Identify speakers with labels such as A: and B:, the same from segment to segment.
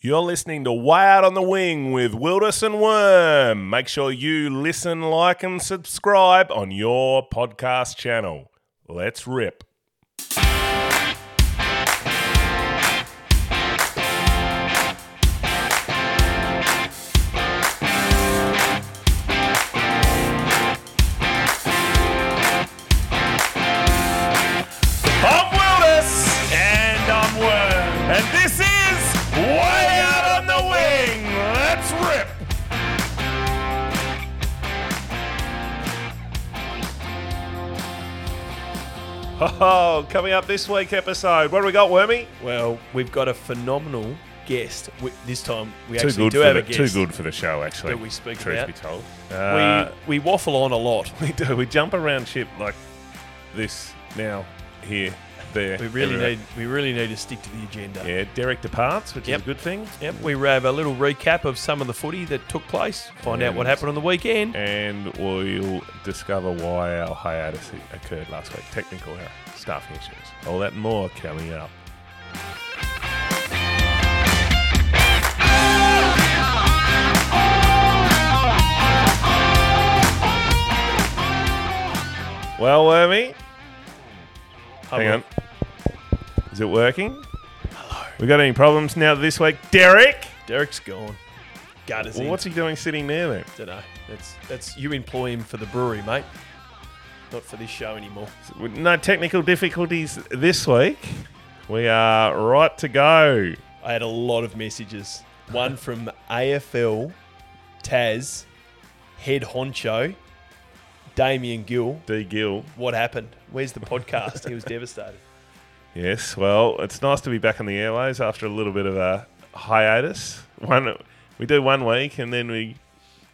A: You're listening to Way Out on the Wing with Wilderness and Worm. Make sure you listen, like, and subscribe on your podcast channel. Let's rip. I'm Wilderness. And I'm Worm. And this is Way Out on the Wing. Let's rip. Oh, coming up this week episode. What do we got, Wormy?
B: Well, we've got a phenomenal guest. We, this time we
A: Too
B: actually
A: good,
B: do
A: for
B: have a
A: the,
B: guest.
A: too good for the show, actually.
B: That we speak
A: truth
B: about.
A: be told. Uh,
B: we, we waffle on a lot.
A: We do. We jump around ship like this, now, here, there.
B: We really
A: everywhere.
B: need we really need to stick to the agenda.
A: Yeah, Derek departs, which
B: Yep.
A: is a good thing.
B: Yep, we have a little recap of some of the footy that took place, find out what
A: And-
B: happened on the weekend.
A: And we'll discover why our hiatus occurred last week. Technical error, staffing issues, all that and more coming up. Well, Wormy, hang on. Is it working? Hello. We got any problems now this week, Derek?
B: Derek's gone. Gutters
A: Well,
B: in.
A: what's he doing sitting there then?
B: Dunno. That's that's you employ him for the brewery, mate. Not for this show anymore.
A: No technical difficulties this week. We are right to go.
B: I had a lot of messages. One from AFL Taz head honcho Damien Gill.
A: D Gill.
B: What happened? Where's the podcast? he was devastated.
A: Yes, well, it's nice to be back on the airways after a little bit of a hiatus. One, we do one week and then we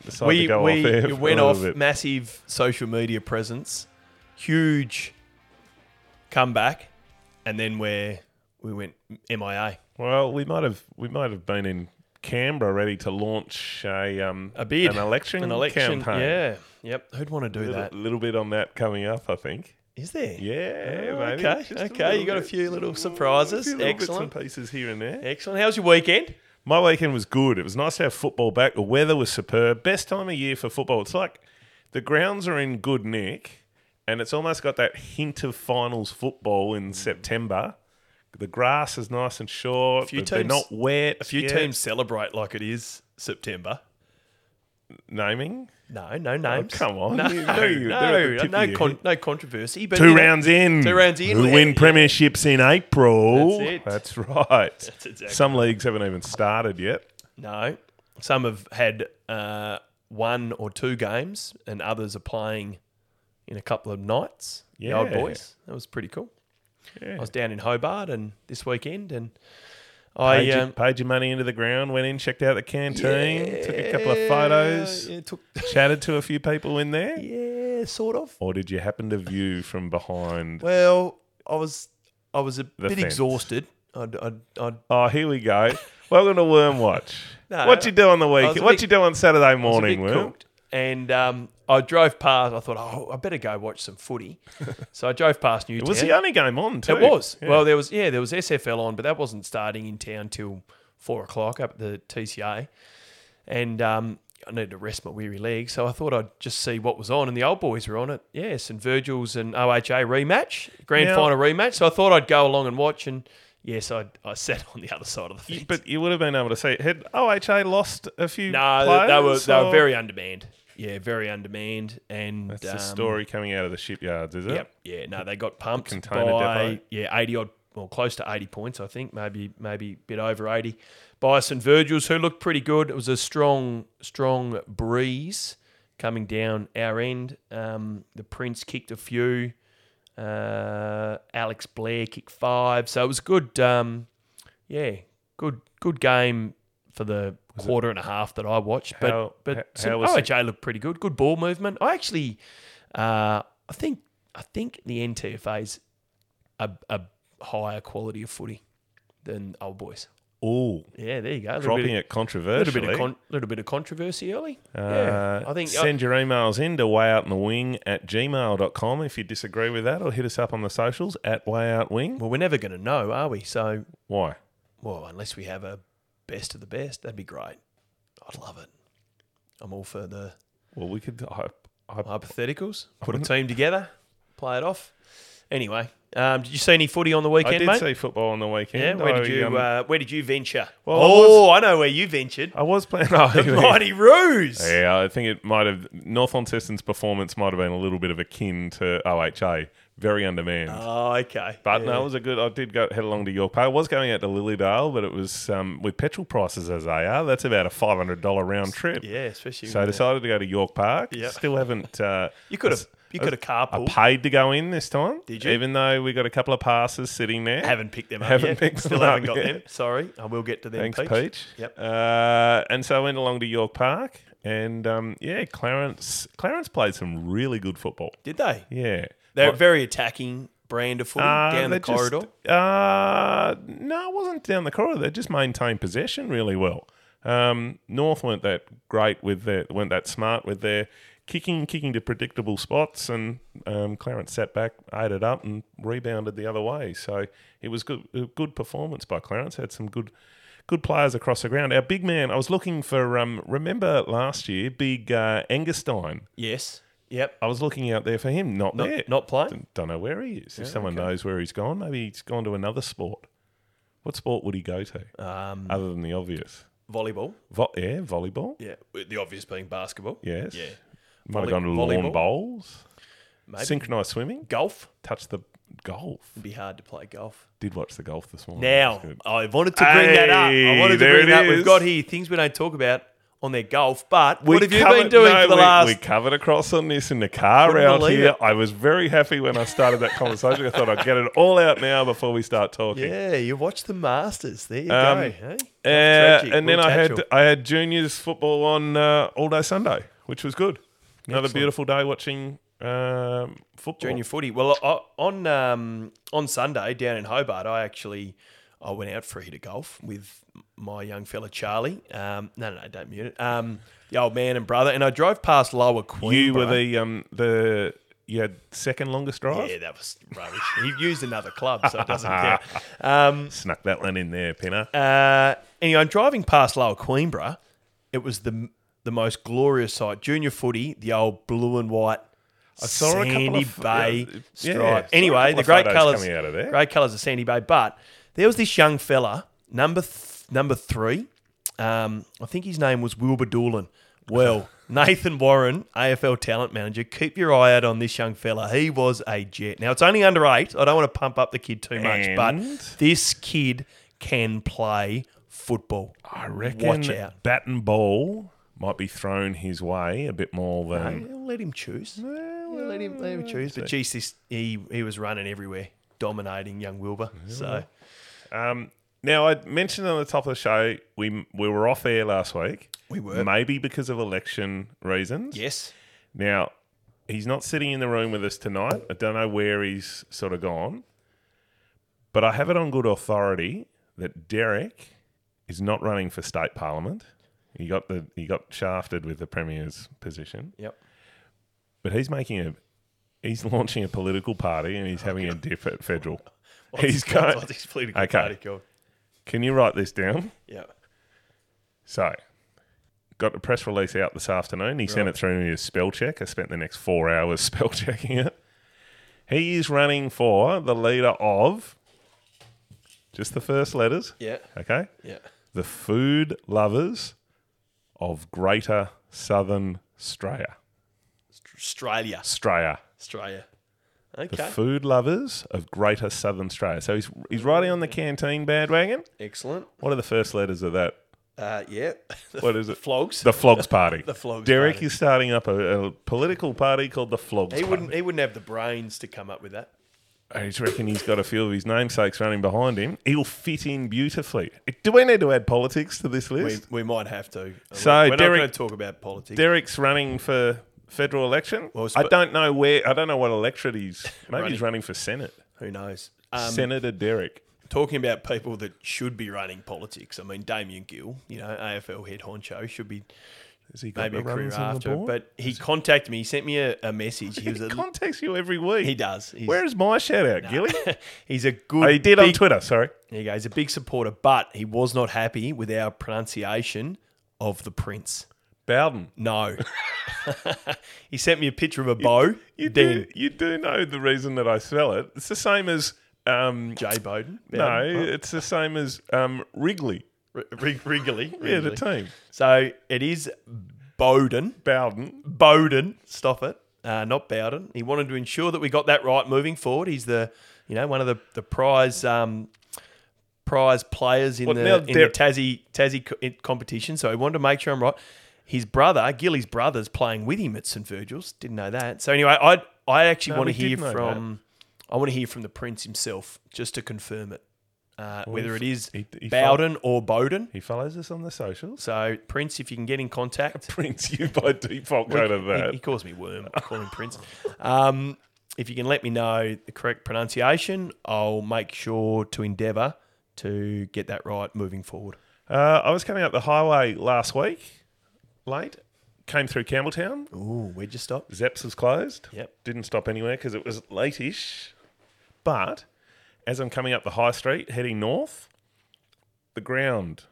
A: decide to
B: We,
A: go
B: we
A: off air. for
B: it
A: a
B: went
A: little
B: off
A: bit.
B: massive social media presence, huge comeback, and then where we went MIA.
A: Well, we might have we might have been in Canberra ready to launch a um
B: A bid.
A: an election
B: An election.
A: campaign.
B: Yeah. Yep. Who'd want to do
A: a
B: that?
A: little, little bit on that coming up, I think.
B: Is there?
A: Yeah,
B: Oh,
A: maybe.
B: okay,
A: Just a
B: okay, you
A: little
B: got a
A: bit.
B: few little
A: Ooh,
B: surprises.
A: a few little bits and
B: Excellent.
A: pieces here and there.
B: Excellent. How's your weekend?
A: My weekend was good. It was nice to have football back. The weather was superb. Best time of year for football. It's like the grounds are in good nick, and it's almost got that hint of finals football
B: Hmm.
A: in September. The grass is nice and short.
B: few
A: they're
B: teams-
A: not wet.
B: A few
A: yet.
B: teams celebrate like it is September.
A: naming. Oh,
B: No, no names.
A: come on.
B: Oh, No,
A: You-
B: no,
A: you- they're at the
B: no,
A: tip of your
B: con- no controversy. But
A: Two
B: you know,
A: rounds in.
B: two rounds in.
A: Who
B: Yeah,
A: win
B: yeah.
A: premierships in April?
B: That's it.
A: That's right.
B: exactly
A: Some leagues haven't even started yet.
B: No, some have had uh, one or two games, and others are playing in a couple of nights. The old
A: Yeah.
B: boys. That was pretty cool.
A: Yeah.
B: I was down in Hobart and this weekend, and I
A: paid, your-
B: um,
A: paid your money into the ground, went in, checked out the canteen, took a couple of
B: yeah,
A: photos,
B: yeah, took-
A: chatted to a few people in there.
B: yeah, sort of.
A: Or did you happen to view from behind?
B: Well, I was I was a bit
A: fence.
B: exhausted. I'd, I'd, I'd
A: Oh, here we go. Welcome to Worm Watch.
B: No,
A: what you do on the weekend?
B: a
A: What
B: bit-
A: you do on Saturday
B: was a
A: morning,
B: bit
A: Worm?
B: cooked. And um, I drove past. I thought, oh, I better go watch some footy. so I drove past Newtown.
A: It was the only game on too.
B: It was.
A: Yeah.
B: Well, there was yeah, there was SFL on, but that wasn't starting in town till four o'clock up at the TCA, and um, I needed to rest my weary legs, so I thought I'd just see what was on, and the old boys were on it. Yeah, St Virgil's and OHA rematch, grand
A: Now-
B: final rematch. So I thought I'd go along and watch, and yes, I I sat on the other side of the fence.
A: but you would have been able to see. Had OHA lost a few?
B: no,
A: players,
B: they were they were
A: or-
B: very undermanned. Yeah, very undermanned, and
A: That's the
B: um,
A: story coming out of the shipyards, is it?
B: Yep. Yeah. No, they got pumped
A: Container
B: by
A: depot.
B: yeah eighty odd, well close to eighty points, I think. Maybe maybe a bit over eighty. By St Virgil's, who looked pretty good. It was a strong strong breeze coming down our end. Um, the Prince kicked a few. Uh, Alex Blair kicked five. So it was good. Um, yeah, good good game for the quarter and a half that I watched. But
A: How-
B: but
A: h-
B: some
A: how was it-
B: OHA looked pretty good. Good ball movement. I actually, uh, I think I think the NTFA's a, a higher quality of footy than old boys.
A: Ooh,
B: Yeah, there you go. A little
A: dropping
B: bit,
A: it controversially.
B: of, little bit of con- little bit of controversy early. yeah,
A: Uh,
B: I think
A: send your emails in to wayoutinthe.wing at gmail.com if you disagree with that, or hit us up on the socials at wayoutwing.
B: well, we're never going to know, are we? So
A: Why?
B: well, unless we have a best of the best. That'd be great. I'd love it. I'm all for the
A: Well, we could. I, I,
B: hypotheticals. Put a team together, play it off. Anyway, um, did you see any footy on the
A: I
B: weekend,
A: did
B: mate?
A: see football on the weekend.
B: yeah, where did
A: I,
B: you
A: um,
B: uh, where did you venture?
A: Well, I
B: oh, I know where you ventured.
A: I was playing. Oh,
B: The mighty ruse.
A: Yeah, I think it might have North Launceston's performance might have been a little bit of akin to OHA, very undermanned.
B: Oh, okay.
A: but
B: Yeah.
A: no, it was a good. I did go head along to York Park. I was going out to Lilydale, but it was um, with petrol prices as they are. That's about a five hundred dollar round trip.
B: yeah, especially
A: So I
B: when, uh,
A: decided to go to York Park.
B: Yep.
A: Still haven't. Uh,
B: you could
A: I
B: have you could have
A: I
B: carpooled.
A: paid to go in this time.
B: Did you?
A: Even though we got a couple of passes sitting there.
B: haven't picked them up
A: Haven't
B: yet.
A: picked
B: Still
A: them up
B: haven't got
A: yet.
B: them. Sorry, I will get to them.
A: Thanks, Peach.
B: Peach. Yep.
A: Uh, and so I went along to York Park, and um, yeah, Clarence Clarence played some really good football.
B: Did they?
A: Yeah.
B: They're a very attacking brand of footy
A: Uh,
B: down
A: they
B: the
A: just-
B: corridor.
A: uh, no, it wasn't down the corridor. They just maintained possession really well. Um, North weren't that great with their weren't that smart with their kicking, kicking to predictable spots, and um, Clarence sat back, ate it up, and rebounded the other way. So it was good, a good performance by Clarence. Had some good. Good players across the ground. Our big man, I was looking for, um, remember last year, big uh, Engerstein.
B: Yes. Yep.
A: I was looking out there for him, not,
B: Not,
A: there.
B: not playing.
A: Don't- Don't know where he is. if someone knows where he's gone, maybe he's gone to another sport. What sport would he go to
B: Um,
A: other than the obvious?
B: volleyball.
A: Vo- yeah, volleyball.
B: Yeah. with The obvious being basketball.
A: Yes.
B: Yeah.
A: Might
B: Volley-
A: have gone to lawn
B: volleyball?
A: bowls.
B: Maybe.
A: Synchronized swimming.
B: golf.
A: Touch the golf.
B: It'd be hard to play golf.
A: Did watch the golf this morning.
B: Now,
A: That's good.
B: I wanted to bring that up. I
A: Hey,
B: wanted to
A: there
B: bring
A: it
B: that. We've
A: is.
B: got here things we don't talk about on their golf, but what have you
A: covered-
B: been doing
A: no,
B: for the
A: we,
B: last?
A: We covered across on this in the car
B: Couldn't
A: out
B: believe
A: here.
B: it.
A: I was very happy when I started that conversation. I thought I'd get it all out now before we start talking.
B: yeah, you watched the Masters. There you
A: Um,
B: go. Hey?
A: Uh,
B: Tragic.
A: and then
B: Will
A: I had
B: Tatchell.
A: I had juniors football on uh, all day Sunday, which was good. Another
B: Excellent.
A: beautiful day watching um, football.
B: junior footy. Well, I, on um, on Sunday down in Hobart, I actually I went out for a hit of golf with my young fella Charlie. Um, no, no, no, don't mute it. Um, the old man and brother, and I drove past Lower Queen.
A: you were the um, the you had second longest drive.
B: yeah, that was rubbish. he used another club, so it doesn't count. Um,
A: Snuck that one in there, Pinner.
B: uh, anyway, I'm driving past Lower Queenborough. It was the the most glorious sight. Junior footy, the old blue and white. I
A: saw a couple
B: Sandy
A: of- yeah,
B: Bay
A: yeah,
B: stripe.
A: saw a
B: anyway,
A: couple
B: the
A: of
B: great
A: photos
B: colours,
A: coming out of there.
B: great colours of Sandy Bay. But there was this young fella, number th- number three. Um, I think his name was Wilbur Doolan. Well, Nathan Warren, AFL talent manager, keep your eye out on this young fella. He was a jet. Now it's only under eight. I don't want to pump up the kid too much,
A: And?
B: but this kid can play football.
A: I reckon
B: Watch out.
A: bat and ball might be thrown his way a bit more than.
B: Yeah, let him choose. Yeah, let him let him choose. But geez, this, he he was running everywhere, dominating young Wilbur. So
A: Um, now I mentioned on the top of the show we we were off air last week.
B: We were.
A: maybe because of election reasons.
B: yes,
A: Now, he's not sitting in the room with us tonight. I don't know where he's sort of gone. But I have it on good authority that Derek is not running for state parliament. He got the he got shafted with the premier's position,
B: yep.
A: but he's making a he's launching a political party and he's having a dip at federal. he's
B: That's
A: going.
B: what this political
A: Okay.
B: party called.
A: Can you write this down?
B: Yeah.
A: So, got the press release out this afternoon. He sent it through to his spell check. I spent the next four hours spell checking it. He is running for the leader of just the first letters.
B: Yeah.
A: Okay.
B: Yeah.
A: The food lovers of Greater Southern Australia.
B: Australia.
A: Australia.
B: Australia.
A: The
B: Okay.
A: food lovers of Greater Southern Australia. So he's he's riding on the canteen bandwagon.
B: Excellent.
A: What are the first letters of that?
B: Uh, yeah. The
A: What is it?
B: flogs.
A: The Flogs Party.
B: The Flogs
A: Derek
B: Party.
A: is starting up a, a political party called the Flogs
B: he
A: Party.
B: wouldn't. He wouldn't have the brains to come up with that.
A: I just reckon he's got a few of his namesakes running behind him. He'll fit in beautifully. Do we need to add politics to this
B: We,
A: list?
B: we might have to.
A: So,
B: we're not
A: Derek-
B: going to talk about politics.
A: Derek's running for federal election.
B: Well, sp-
A: I don't know where. I don't know what electorate he's. Maybe
B: Running.
A: he's running for senate.
B: Who knows? Um,
A: Senator Derek.
B: talking about people that should be running politics. I mean, Damien Gill, you know, AFL head honcho, should be
A: Has he got
B: maybe
A: the
B: a career
A: runs on the
B: after.
A: board?
B: But he contacted me. He sent me a, a message. He was
A: he
B: a,
A: contacts you every week.
B: he does. He's,
A: Where is my shout out, Gilly?
B: he's a good.
A: Oh, he did on
B: big-
A: Twitter. Sorry.
B: There you go. He's a big supporter, but he was not happy with our pronunciation of the prince.
A: Bowden.
B: No. he sent me a picture of a bow.
A: You do,
B: Dean
A: you do know the reason that I spell it. It's the same as um,
B: J. Bowden.
A: no, it's the same as um, Wrigley.
B: R- Wrigley. Wrigley.
A: Yeah, the team.
B: So it is Bowden.
A: Bowden.
B: Bowden. Stop it. Uh, not Bowden. He wanted to ensure that we got that right moving forward. He's the, you know, one of the the prize um, prize players in
A: Well, now
B: the in
A: they're-
B: the Tassie Tassie co- in- competition. So he wanted to make sure I'm right. His brother, Gilly's brother's playing with him at St Virgil's. Didn't know that. So anyway, I I actually
A: No,
B: want
A: we
B: to
A: did
B: hear
A: know
B: from I want to hear from the prince himself just to confirm it, uh, whether it is
A: he- he fol-
B: Bowden or Bowden.
A: He follows us on the socials.
B: So Prince, if you can get in contact,
A: Prince, you by default go to
B: he,
A: that.
B: he calls me Worm. I call him Prince. Um, if you can let me know the correct pronunciation, I'll make sure to endeavour to get that right moving forward.
A: Uh, I was coming up the highway last week, late. Came through Campbelltown.
B: Ooh, where'd you stop?
A: Zeps was closed.
B: Yep.
A: Didn't stop anywhere because it was late-ish. But as I'm coming up the high street, heading north, the ground,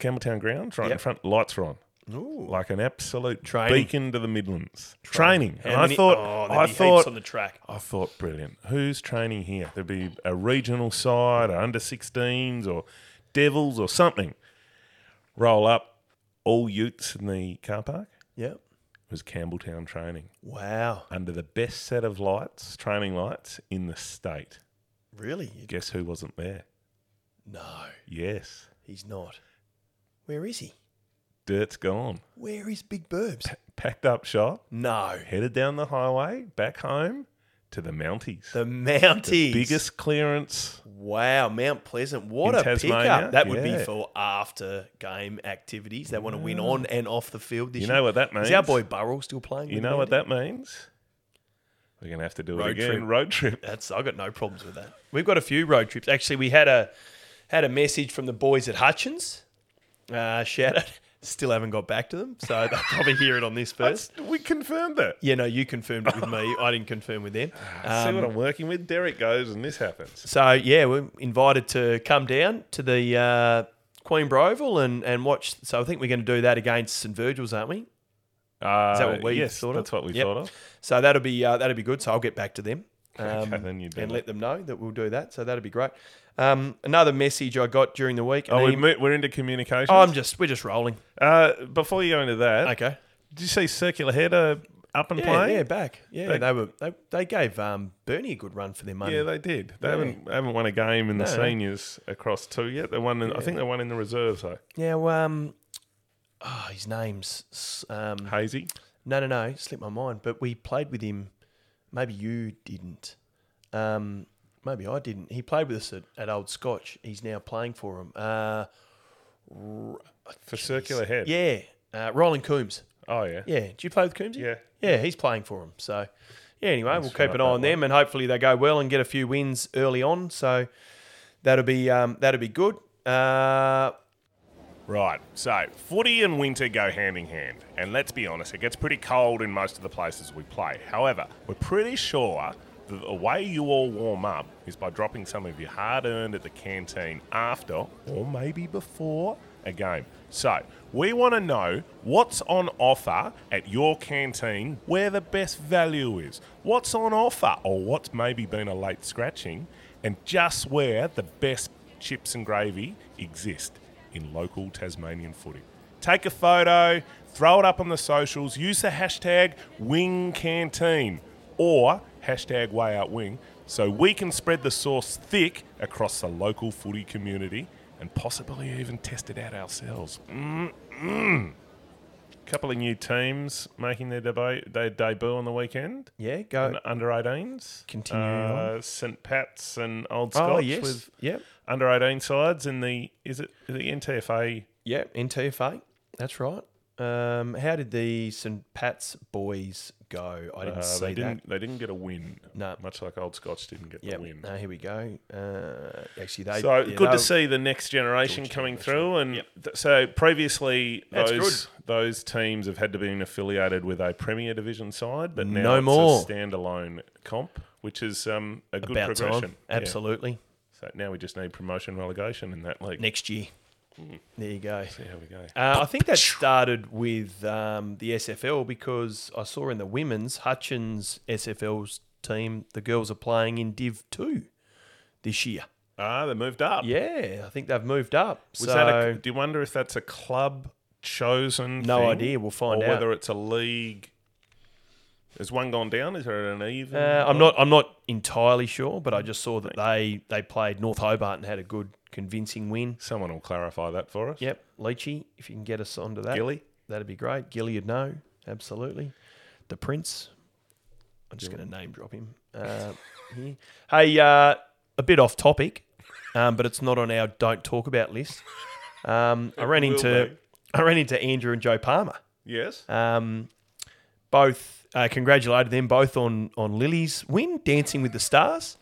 A: Campbelltown ground, right in
B: Yep.
A: front, lights are on.
B: Ooh,
A: Like an absolute
B: Training.
A: beacon to the Midlands. Training. And I
B: oh,
A: thought,
B: there'd
A: I
B: be heaps
A: thought,
B: on the track.
A: I thought, brilliant. Who's training here? There'd be a regional side, or under 16s, or Devils, or something. Roll up, all utes in the car park
B: Yep.
A: It was Campbelltown training
B: Wow.
A: under the best set of lights, training lights in the state.
B: Really? You-
A: Guess who wasn't there?
B: No,
A: Yes,
B: he's not. Where is he?
A: dirt's gone.
B: Where is Big Burbs?
A: Packed up shop,
B: No,
A: headed down the highway back home to the Mounties.
B: the Mounties.
A: Biggest clearance.
B: Wow, Mount Pleasant. What
A: In
B: a
A: Tasmania?
B: pickup. That would
A: Yeah.
B: be for after game activities. They want to win on and off the field this
A: You
B: year.
A: know what that means?
B: Is our boy Burrell still playing?
A: You
B: with
A: know what
B: the
A: that means? We're going to have to do it
B: Road
A: again.
B: trip.
A: Road trip.
B: Bandit? That's I got no problems with that. We've got a few road trips. Actually, we had a had a message from the boys at Hutchins. Uh, shout out. Still haven't got back to them, so they'll probably hear it on this first.
A: We confirmed that.
B: Yeah, no, you confirmed it with me. I didn't confirm with them.
A: See
B: Um,
A: what I'm working with? Derek goes and this happens.
B: So yeah, we're invited to come down to the uh, Queenborough Oval and and watch. So I think we're going to do that against St Virgil's, aren't we?
A: Uh,
B: that what we
A: yes,
B: thought of?
A: That's what we
B: Yep.
A: thought of.
B: So that'll be uh, that'll be good. So I'll get back to them um,
A: Okay, then you do
B: and
A: that.
B: let them know that we'll do that. So that'll be great. Um, another message I got during the week.
A: Oh,
B: an
A: we've
B: em-
A: mo- we're into communication.
B: oh, I'm just we're just rolling.
A: uh, before you go into that,
B: Okay.
A: did you see Circular Head uh, up and
B: Yeah,
A: playing?
B: yeah, back. Yeah,
A: Back.
B: they were they, they gave um, Bernie a good run for their money.
A: Yeah, they did. They
B: Yeah.
A: haven't haven't won a game in the
B: No.
A: seniors across two yet. They won. In, I think they won in the reserves. though.
B: now, um, oh, his name's s- um,
A: Hazy.
B: No, no, no. Slipped my mind. But we played with him. Maybe you didn't. Um, maybe I didn't. He played with us at, at Old Scotch. He's now playing for him. Uh,
A: for Circular Head.
B: yeah, uh, Roland Coombs.
A: Oh yeah.
B: Yeah. Do you play with Coombs?
A: Yeah.
B: Yeah, he's playing for him. So, yeah, anyway, we'll
A: for
B: keep an eye
A: that
B: on them and hopefully they go well and get a few wins early on. So that'll be um, that'll be good. Uh,
A: Right, so footy and winter go hand in hand, and let's be honest, it gets pretty cold in most of the places we play. However, we're pretty sure that the way you all warm up is by dropping some of your hard earned at the canteen after or maybe before a game. So, we want to know what's on offer at your canteen where the best value is, what's on offer, or what's maybe been a late scratching, and just where the best chips and gravy exist in local Tasmanian footy. Take a photo, throw it up on the socials, use the hashtag WingCanteen or hashtag WayOutWing so we can spread the sauce thick across the local footy community and possibly even test it out ourselves. Mm-mm. Couple of new teams making their, deba- their debut on the weekend.
B: yeah, go.
A: Under 18s.
B: Continue
A: Uh, St. Pat's and Old Scotch
B: oh, yes.
A: with
B: yep.
A: under 18 sides in the is it the NTFA
B: Yeah, NTFA. That's right. Um, how did the St. Pat's boys go. I didn't
A: Uh,
B: see
A: they
B: that.
A: didn't. They didn't get a win.
B: No.
A: much like old Scots didn't get
B: Yeah.
A: the win.
B: No, here we go. Uh, actually, they.
A: so
B: yeah,
A: good
B: they
A: to
B: were-
A: see the next generation
B: George
A: coming
B: generation.
A: through, and th- so previously
B: That's
A: those those teams have had to be affiliated with a Premier Division side, but now
B: No
A: it's
B: more.
A: a standalone comp, which is um, a good
B: About
A: progression.
B: time.
A: Yeah.
B: Absolutely.
A: So now we just need promotion relegation in that league.
B: Next year.
A: Mm.
B: There you go.
A: See how we go.
B: Uh, I think that started with um, the SFL because I saw in the women's Hutchins SFL's team, the girls are playing in Div 2 this year.
A: Ah, they moved up.
B: Yeah, I think they've moved up.
A: Was
B: so,
A: that? A, do you wonder if that's a club chosen?
B: no
A: thing,
B: idea. We'll
A: or
B: find out.
A: whether it's a league. Has one gone down? Is there an even?
B: Uh, I'm not. I'm not entirely sure, but I just saw that they they played North Hobart and had a good, convincing win.
A: Someone will clarify that for us.
B: Yep, Leachy, if you can get us onto that,
A: Gilly?
B: that'd be great. Gilly would know absolutely. The Prince. I'm just going to name drop him. Uh, here. Hey, uh, a bit off topic, um, but it's not on our don't talk about list. Um, I ran
A: will
B: into
A: be.
B: I ran into Andrew and Joe Palmer.
A: Yes.
B: Um, both uh, congratulated them both on on Lily's win, Dancing with the Stars.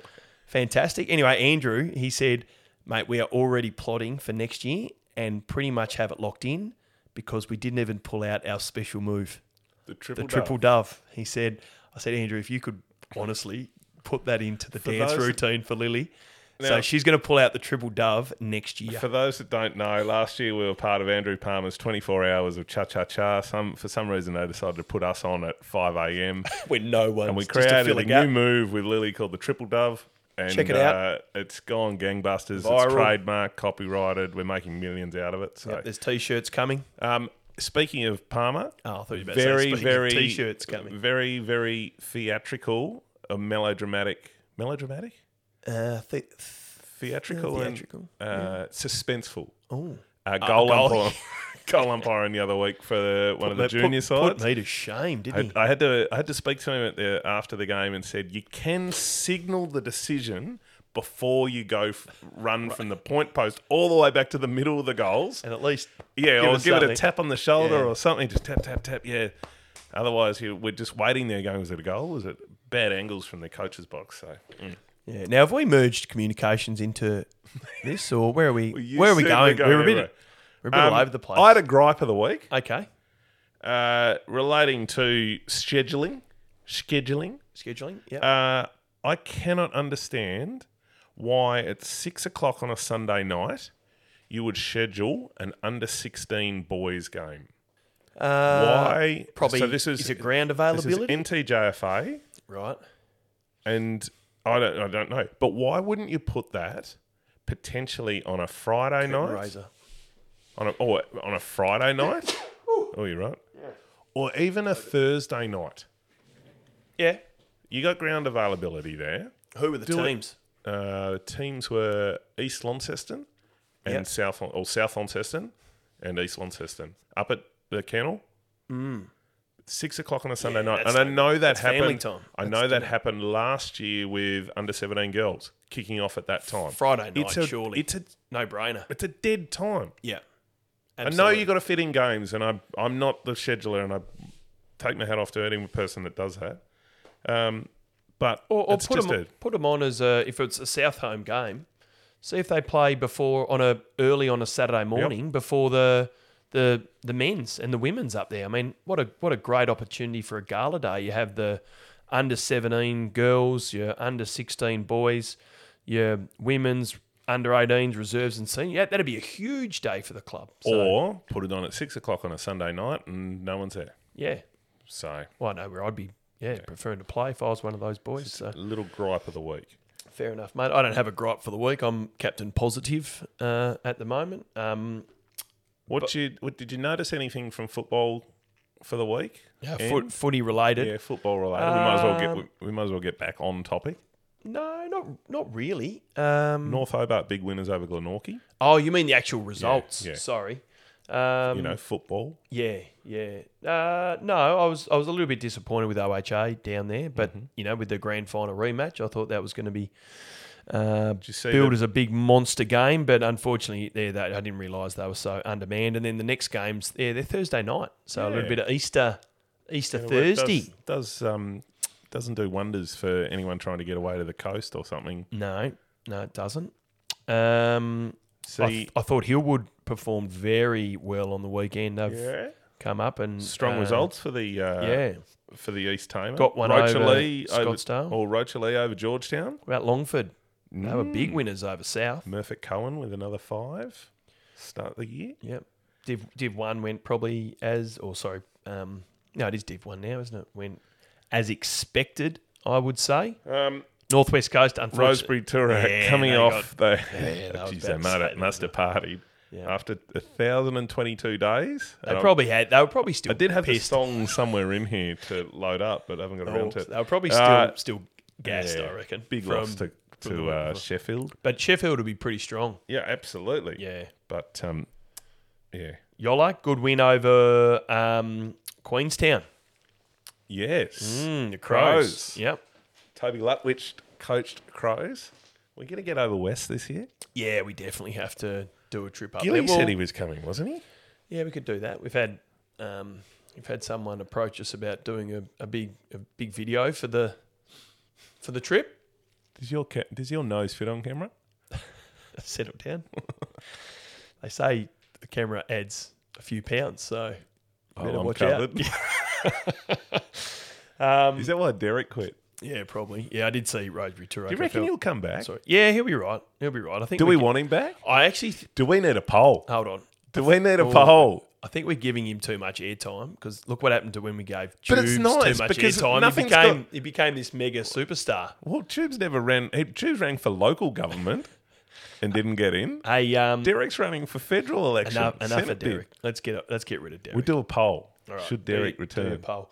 B: Fantastic. Anyway, Andrew, he said, "Mate, we are already plotting for next year and pretty much have it locked in because we didn't even pull out our special move,
A: The
B: the
A: triple.
B: triple dove." He said, "I said, Andrew, if you could honestly put that into the dance
A: those-
B: routine for Lily."
A: Now-
B: so she's going to pull out the triple dove next year.
A: For those that don't know, last year we were part of Andrew Palmer's 24 hours of cha cha cha. Some for some reason they decided to put us on at 5 a.m.
B: when no one
A: and we created a new move with Lily called the Triple Dove. And,
B: Check it out.
A: Uh, it's gone gangbusters.
B: Viral.
A: It's trademark, copyrighted. We're making millions out of it. So,
B: There's t-shirts coming.
A: um, speaking of Palmer,
B: Oh, I thought you were about
A: very,
B: to say,
A: very
B: t-shirts coming.
A: Very, very theatrical, a melodramatic, melodramatic,
B: Uh, th-
A: theatrical,
B: Theatrical,
A: and uh, suspenseful.
B: oh,
A: uh, goal
B: goal.
A: umpire, goal umpiring the other week for the, one of the junior
B: put,
A: sides.
B: put me to shame, didn't he?
A: I, I had to I had to speak to him at the, after the game and said you can signal the decision before you go f- run from the point post all the way back to the middle of the goals.
B: and at least,
A: Yeah,
B: give
A: or
B: us
A: give it a
B: something.
A: tap on the shoulder
B: Yeah.
A: or something. Just tap tap tap. Yeah. Otherwise, you, we're just waiting there going, was it a goal? Was it bad angles from the coach's box? So mm.
B: Yeah. Now, have we merged communications into this, or where are we?
A: you
B: where are we
A: said we're
B: going?
A: going
B: We're a
A: everywhere.
B: bit, we're a bit
A: Um,
B: all over the place.
A: I had a gripe of the week.
B: okay,
A: uh, relating to scheduling, scheduling.
B: scheduling. Yeah,
A: Uh, I cannot understand why at six o'clock on a Sunday night you would schedule an under sixteen boys game. Uh, why?
B: Uh, probably.
A: So this is,
B: it ground
A: this
B: availability?
A: is NTJFA,
B: right.
A: and I don't I don't know. But why wouldn't you put that potentially on a Friday night?
B: Razor.
A: on a or on a Friday night. oh, you're right. Or even a Thursday night.
B: Yeah.
A: You got ground availability there.
B: Who were the
A: it.
B: teams?
A: Uh, the teams were East Launceston and
B: Yep.
A: South Lon- or South Launceston and East Launceston up at the kennel. Six o'clock on a Sunday night,
B: Mm. that's
A: and I know that
B: that's family
A: happened.
B: time.
A: I know that happened last year with under seventeen girls kicking off at that time.
B: Friday night,
A: it's a,
B: surely.
A: it's a
B: no brainer.
A: it's a dead time.
B: Yeah.
A: I know you got to fit in games, and I'm I'm not the scheduler, and I take my hat off to any person that does that. Um, but
B: Or, or
A: it's
B: put,
A: just
B: them, put 'em on as a, if it's a South home game, see if they play before on a early on a Saturday morning before the the the men's and the women's up there. I mean, what a what a great opportunity for a gala day. You have the under seventeen girls, your under sixteen boys, your women's under 18s, reserves, and senior. Yeah, that'd be a huge day for the club.
A: a,
B: So,
A: or put it on at six o'clock on a Sunday night, and no one's there.
B: yeah,
A: So
B: well, I know where I'd be. Yeah, preferring to play if I was one of those boys. So.
A: little gripe of the week.
B: Fair enough, mate. I don't have a gripe for the week. I'm captain positive uh, at the moment. Um,
A: What you what, did you notice anything from football for the week?
B: yeah,
A: And-
B: foot, footy related.
A: yeah, football related. we might as well
B: Um,
A: get we, we might as well get back on topic.
B: No, not not really. Um,
A: North Hobart big winners over Glenorchy.
B: Oh, you mean the actual results?
A: yeah.
B: Sorry. Um,
A: You know football.
B: Yeah, yeah. Uh, no, I was I was a little bit disappointed with OHA down there, but
A: Mm-hmm.
B: you know, with the grand final rematch, I thought that was going to be uh,
A: Did you see
B: billed
A: the-
B: as a big monster game, but unfortunately, there they, I didn't realise they were so undermanned. And then the next games, yeah, they're Thursday night, so a
A: Yeah.
B: little bit of Easter Easter
A: Yeah, well, it
B: Thursday.
A: does, does um doesn't do wonders for anyone trying to get away to the coast or something.
B: No, no, it doesn't. Um, I,
A: See,
B: th- I thought Hillwood performed very well on the weekend. They've
A: yeah,
B: come up and
A: strong
B: uh,
A: results for the uh,
B: Yeah,
A: for the East Tamer.
B: got one
A: Roache
B: over
A: Lee
B: Scottsdale.
A: or Rochalee over Georgetown.
B: What about Longford? They were big
A: Mm.
B: winners over South.
A: Murphy Cohen with another five. Start the year.
B: Yep. Div Div One went probably as, or sorry, um, no, it is Div One now, isn't it? Went as expected, I would say.
A: Um,
B: Northwest Coast, unfortunately,
A: Rosebery Tourette
B: Yeah,
A: coming
B: they
A: off. They,
B: yeah, that was
A: Jeez,
B: about
A: they
B: to
A: must,
B: say
A: have- must have partied
B: Yeah.
A: after 1,022 days.
B: they
A: And I-
B: probably had. They were probably still.
A: I did have the
B: pissed. Oh,
A: song somewhere in here to load up, but I haven't got
B: They
A: around to
B: were,
A: it.
B: they were probably still
A: Uh,
B: still gassed,
A: Yeah.
B: I reckon.
A: Big
B: from-
A: loss to, to
B: the week
A: uh,
B: before.
A: Sheffield.
B: But Sheffield would be pretty strong.
A: Yeah, absolutely.
B: Yeah.
A: But um, yeah,
B: Yola, good win over um, Queenstown.
A: yes.
B: Mm, the
A: Crows.
B: Yep.
A: Toby Lutwich coached Crows. We're going to get over West this year.
B: Yeah, we definitely have to do a trip up
A: Gilly
B: there.
A: said
B: Well,
A: he was coming, wasn't he?
B: Yeah, we could do that. We've had um, we've had someone approach us about doing a, a big a big video for the for the trip.
A: Does your ca- does your nose fit on camera?
B: Settle down. they say the camera adds a few pounds, so
A: Oh,
B: better
A: I'm
B: watch
A: covered.
B: out. Um,
A: Is that why Derek quit?
B: yeah, probably. Yeah, I did see Rosebery Touré.
A: Do you reckon he'll come back?
B: Sorry. Yeah, he'll be right. He'll be right. I think.
A: Do we
B: can-
A: want him back?
B: I actually th-
A: Do we need a poll?
B: hold on.
A: Do we need a
B: Oh.
A: poll?
B: I think we're giving him too much airtime because look what happened to when we gave
A: But
B: Jubes
A: it's
B: too
A: nice
B: much
A: because
B: airtime. He
A: nothing's
B: became he became this mega superstar.
A: Well, Tubes never ran. He, Tubes ran for local government and didn't get in.
B: Hey, um,
A: Derek's running for federal election.
B: enough, enough of
A: Senate bid.
B: Derek. Let's get let's get rid of Derek.
A: We do a poll.
B: All right,
A: Should
B: do-
A: Derek
B: do a
A: return?
B: poll.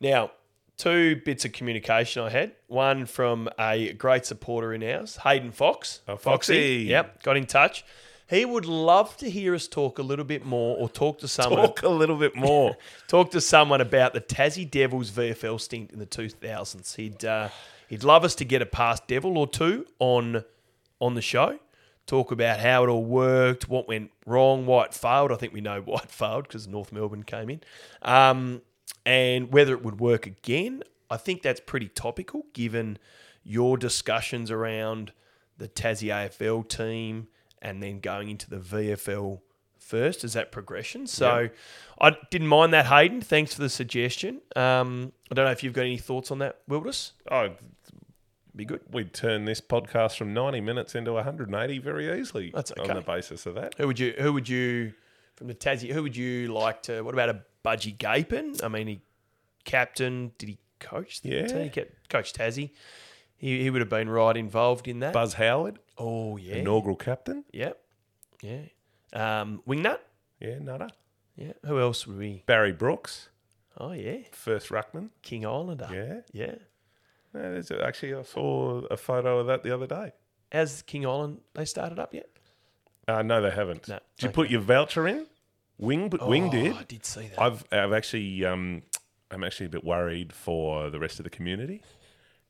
B: Now, two bits of communication I had. One from a great supporter in ours, Hayden Fox.
A: Oh, Foxy.
B: Yep, got in touch. He would love to hear us talk a little bit more or talk to someone
A: Talk a little bit more.
B: talk to someone about the Tassie Devils VFL stint in the 2000s. He'd uh, he'd love us to get a past devil or two on on the show. Talk about how it all worked, what went wrong, why it failed. I think we know why it failed because North Melbourne came in, um, and whether it would work again. I think that's pretty topical given your discussions around the Tassie AFL team and then going into the VFL first is that progression. So I didn't mind that, Hayden. Thanks for the suggestion. Um, I don't know if you've got any thoughts on that, Wilderness.
A: oh,
B: Be good.
A: we'd turn this podcast from 90 minutes into 180 very easily
B: That's okay.
A: on the basis of that.
B: Who would you? Who would you from the Tassie? Who would you like to? What about a Budgie Gapin? I mean, he captain. Did he coach the
A: Yeah.
B: team? He ca- coached Tassie. He, he would have been right involved in that.
A: Buzz Howard,
B: oh yeah,
A: inaugural captain.
B: yep, yeah. Um, Wingnut.
A: Yeah, nutter.
B: Yeah. Who else would we?
A: Barry Brooks,
B: Oh yeah,
A: first ruckman.
B: King Islander.
A: Yeah.
B: Yeah.
A: No, there's actually, I saw a photo of that the other day.
B: Has King Island they started up yet?
A: Uh, no, they haven't.
B: No,
A: Did you
B: okay.
A: put your voucher in? Wing, but Wing
B: Oh,
A: did.
B: I did see that.
A: I've I've actually um, I'm actually a bit worried for the rest of the community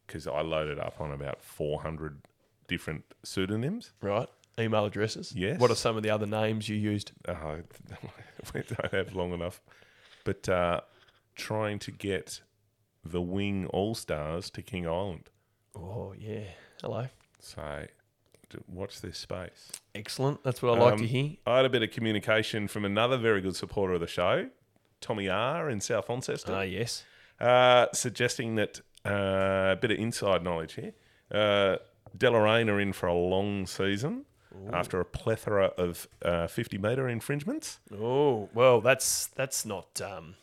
A: because I loaded up on about 400 different pseudonyms.
B: Right. Email addresses.
A: Yes.
B: What are some of the other names you used?
A: Uh, we don't have long enough, but uh, trying to get the Wing All Stars to King Island.
B: Oh yeah. Hello.
A: So d- watch this space.
B: Excellent. That's what I like to
A: Um,
B: hear.
A: I had a bit of communication from another very good supporter of the show, Tommy R in South Launceston.
B: Ah yes.
A: Uh, suggesting that uh, a bit of inside knowledge here. Uh, Deloraine are in for a long season after a plethora of uh, 50 metre infringements.
B: Oh well, that's that's not um,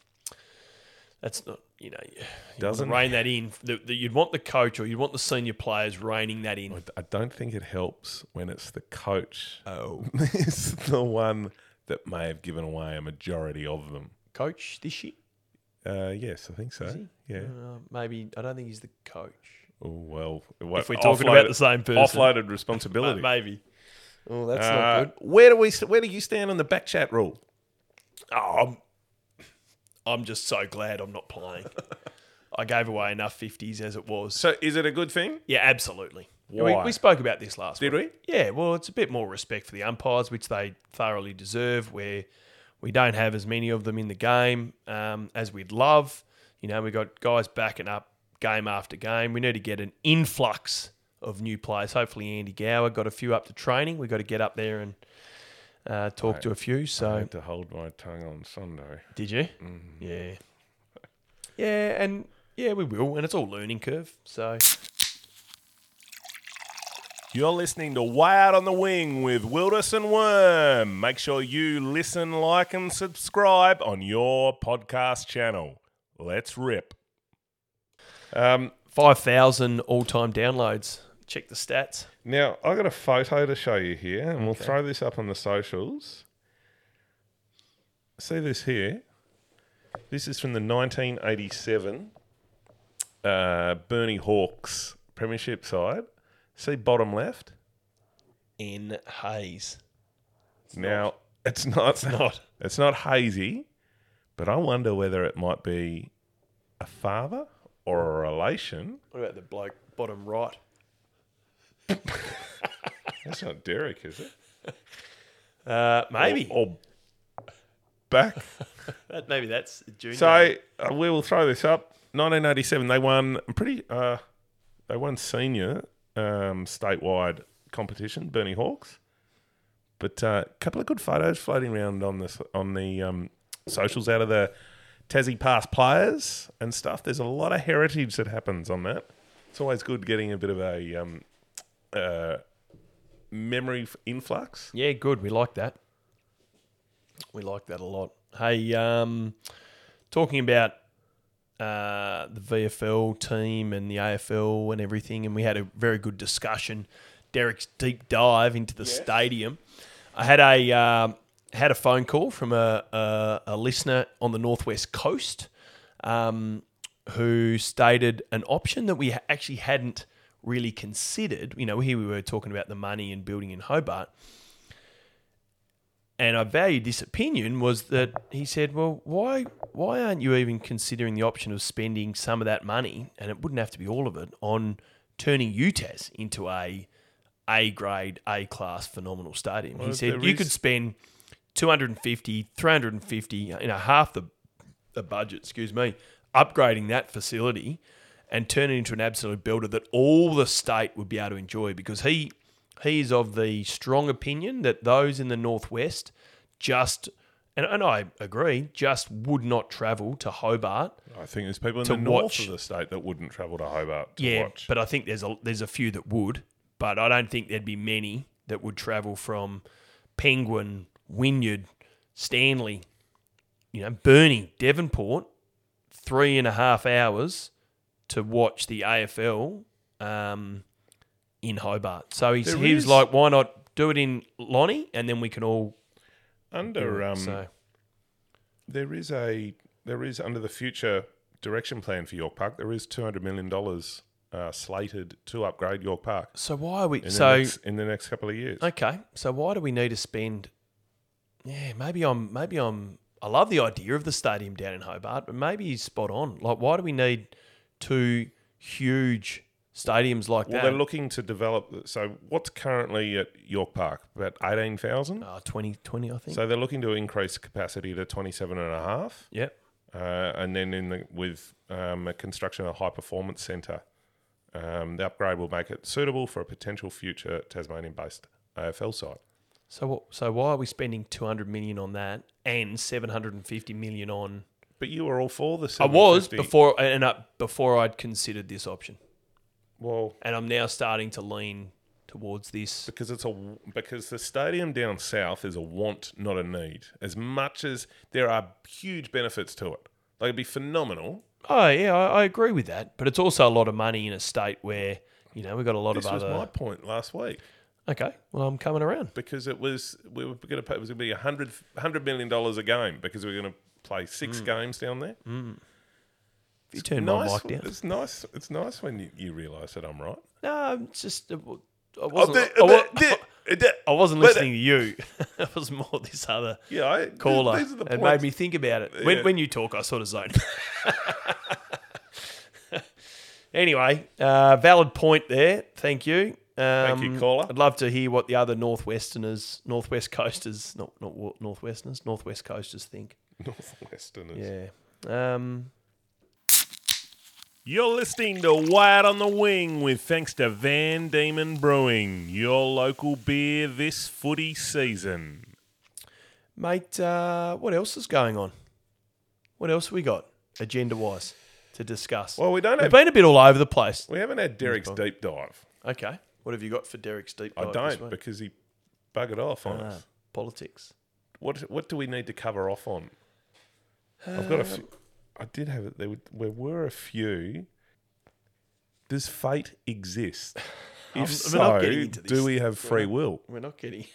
B: that's not you know you
A: Doesn't-
B: doesn't rein that in. The, the, you'd want the coach or you'd want the senior players reining that in.
A: I don't think it helps when it's the coach
B: Oh,
A: is the one that may have given away a majority of them.
B: coach this year.
A: Uh, yes, I think so. Yeah.
B: Uh, maybe I don't think he's the coach.
A: Oh, well,
B: If we're talking about the same person,
A: offloaded
B: Uh,
A: responsibility.
B: maybe. Oh, that's
A: Uh,
B: not good.
A: Where do we? st- Where do you stand on the back chat rule?
B: Oh, I'm, I'm just so glad I'm not playing. I gave away enough 50s as it was.
A: So, is it a good thing?
B: Yeah, absolutely. We-
A: Why?
B: We, spoke about this last
A: Did
B: week.
A: we?
B: Yeah, well, it's a bit more respect for the umpires, which they thoroughly deserve, where we don't have as many of them in the game um, as we'd love. You know, we've got guys backing up game after game. We need to get an influx of new players. Hopefully, Andy Gower got a few up to training. We've got to get up there and uh, talk to a few.
A: I
B: So,
A: had to hold my tongue on Sunday.
B: did you? Yeah. Yeah, and yeah, we will. And it's all learning curve. So,
A: You're listening to Way Out on the Wing with Wildus and Worm. Make sure you listen, like, and subscribe on your podcast channel. Let's rip. Um,
B: 5,000 all time downloads. Check the stats.
A: now, I got a photo to show you here, and we'll throw this up on the socials. See this here? This is from the 1987 uh, Bernie Hawks Premiership side. See bottom left?
B: In Hayes.
A: now it's not it's
B: not.
A: it's not hazy, but I wonder whether it might be a father or a relation.
B: What about the bloke bottom right?
A: That's not Derek, is it?
B: Uh, maybe.
A: Or, or back.
B: That, maybe that's a junior.
A: So uh, we will throw this up. 1987, they won I'm pretty. Uh, they won senior um, statewide competition, Bernie Hawks. But a couple of good photos floating around on this on the um, socials out of the Tassie Pass players and stuff. There's a lot of heritage that happens on that. It's always good getting a bit of a um, uh, memory f- influx.
B: yeah, good. We like that. We like that a lot. Hey, um, talking about uh, the VFL team and the AFL and everything, and we had a very good discussion. Derek's deep dive into the stadium. I had a um, had a phone call from a, a, a listener on the northwest coast um, who stated an option that we ha- actually hadn't really considered. You know, here we were talking about the money and building in Hobart and I valued this opinion was that he said, "Well, why why aren't you even considering the option of spending some of that money, and it wouldn't have to be all of it, on turning UTAS into a A grade, A class phenomenal stadium?" he said,
A: there
B: "You
A: is-
B: could spend 250, 350, you know, half the the budget, excuse me, upgrading that facility and turn it into an absolute builder that all the state would be able to enjoy because he he is of the strong opinion that those in the northwest just and, and I agree, just would not travel to Hobart.
A: I think there's people in
B: To
A: the north
B: watch.
A: of the state that wouldn't travel to Hobart to
B: Yeah,
A: watch.
B: but I think there's a there's a few that would, but I don't think there'd be many that would travel from Penguin, Wynyard, Stanley, you know, Burnie, Devonport, three and a half hours to watch the AFL um, in Hobart. So he's,
A: There
B: he was
A: is-
B: like, why not do it in Lonnie, and then we can all
A: Under um,
B: so
A: There is a there is under the future direction plan for York Park. There is two hundred million dollars uh, slated to upgrade York Park
B: so why are we
A: in, the
B: so
A: next, in the next couple of years.
B: Okay, so why do we need to spend? Yeah, maybe I'm. Maybe I'm. I love the idea of the stadium down in Hobart, but maybe he's spot on. Like, why do we need two huge stadiums like
A: well,
B: that?
A: they're looking to develop. So what's currently at York Park about eighteen thousand.
B: Ah, 20, 20, I think.
A: So they're looking to increase capacity to twenty seven and a half,
B: yep.
A: uh, and then in the, with um, a construction of a high performance centre. Um, the upgrade will make it suitable for a potential future Tasmanian-based AFL site.
B: So what? So why are we spending two hundred million on that and seven hundred and fifty million on?
A: But you were all for the.
B: I was
A: 750.
B: before and uh, before I'd considered this option,
A: Well,
B: and I'm now starting to lean towards this.
A: because it's a because the stadium down south is a want, not a need. As much as there are huge benefits to it, like it'd be phenomenal.
B: Oh yeah, I, I agree with that, but it's also a lot of money in a state where you know we've got a lot
A: This
B: of
A: was
B: other.
A: my point last week
B: Okay, well I'm coming around.
A: because it was we were going to pay it was going to be a hundred hundred million dollars a game because we were going to play
B: Mm.
A: six games down there.
B: If you turn my
A: nice,
B: mic down.
A: it's nice. It's nice when you, you realise that I'm right.
B: No, I'm just I w- I
A: Oh,
B: wasn't.
A: the-
B: I, wa-
A: the- the- the-
B: I wasn't
A: Let it-
B: listening to you. it was more this other
A: Yeah, I, th-
B: caller.
A: These are the
B: it
A: points.
B: made me think about it. When,
A: Yeah.
B: when you talk, I sort of zone. anyway, uh, valid point there. Thank you. Um,
A: you, caller.
B: I'd love to hear what the other Northwesterners, Northwest Coasters, not not wa- Northwesterners, Northwest Coasters think.
A: Northwesterners.
B: Yeah. Um,
A: You're listening to Wide on the Wing with thanks to Van Diemen Brewing, your local beer this footy season.
B: Mate, uh, what else is going on? What else we got agenda wise to discuss?
A: Well, we don't
B: We've
A: have
B: been a bit all over the place.
A: we haven't had Derek's deep dive.
B: Okay. What have you got for Derek's deep
A: I
B: dive? Oh. this
A: don't
B: week?
A: because he buggered off on
B: Ah,
A: us.
B: politics.
A: What what do we need to cover off on? I've got a. F- I did have it. There were, there were a few. Does fate exist? If
B: I'm
A: so,
B: not getting into this.
A: do we have free will?
B: We're not kidding.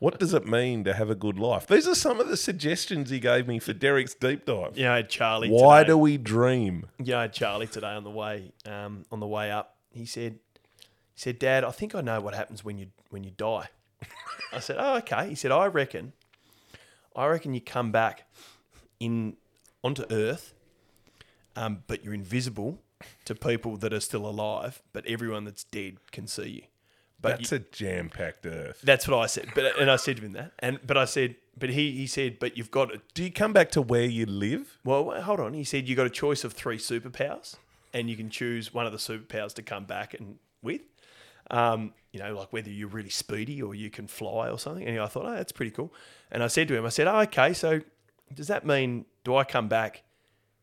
A: What does it mean to have a good life? These are some of the suggestions he gave me for Derek's deep dive.
B: Yeah, I had Charlie.
A: Why
B: today.
A: do we dream?
B: Yeah, I had Charlie today on the way um, on the way up. He said, he said, Dad, I think I know what happens when you when you die. I said, Oh, okay. He said, I reckon, I reckon you come back in onto Earth, um, but you're invisible to people that are still alive, but everyone that's dead can see you. But you-
A: That's a jam packed earth.
B: That's what I said. But and I said to him that. And but I said, but he he said, but you've got a
A: Do you come back to where you live?
B: well. wait, Hold on. He said you got a choice of three superpowers, and you can choose one of the superpowers to come back and with. Um, you know, like whether you're really speedy or you can fly or something. Anyway, I thought, oh, that's pretty cool. And I said to him, I said, oh, okay. So does that mean do I come back?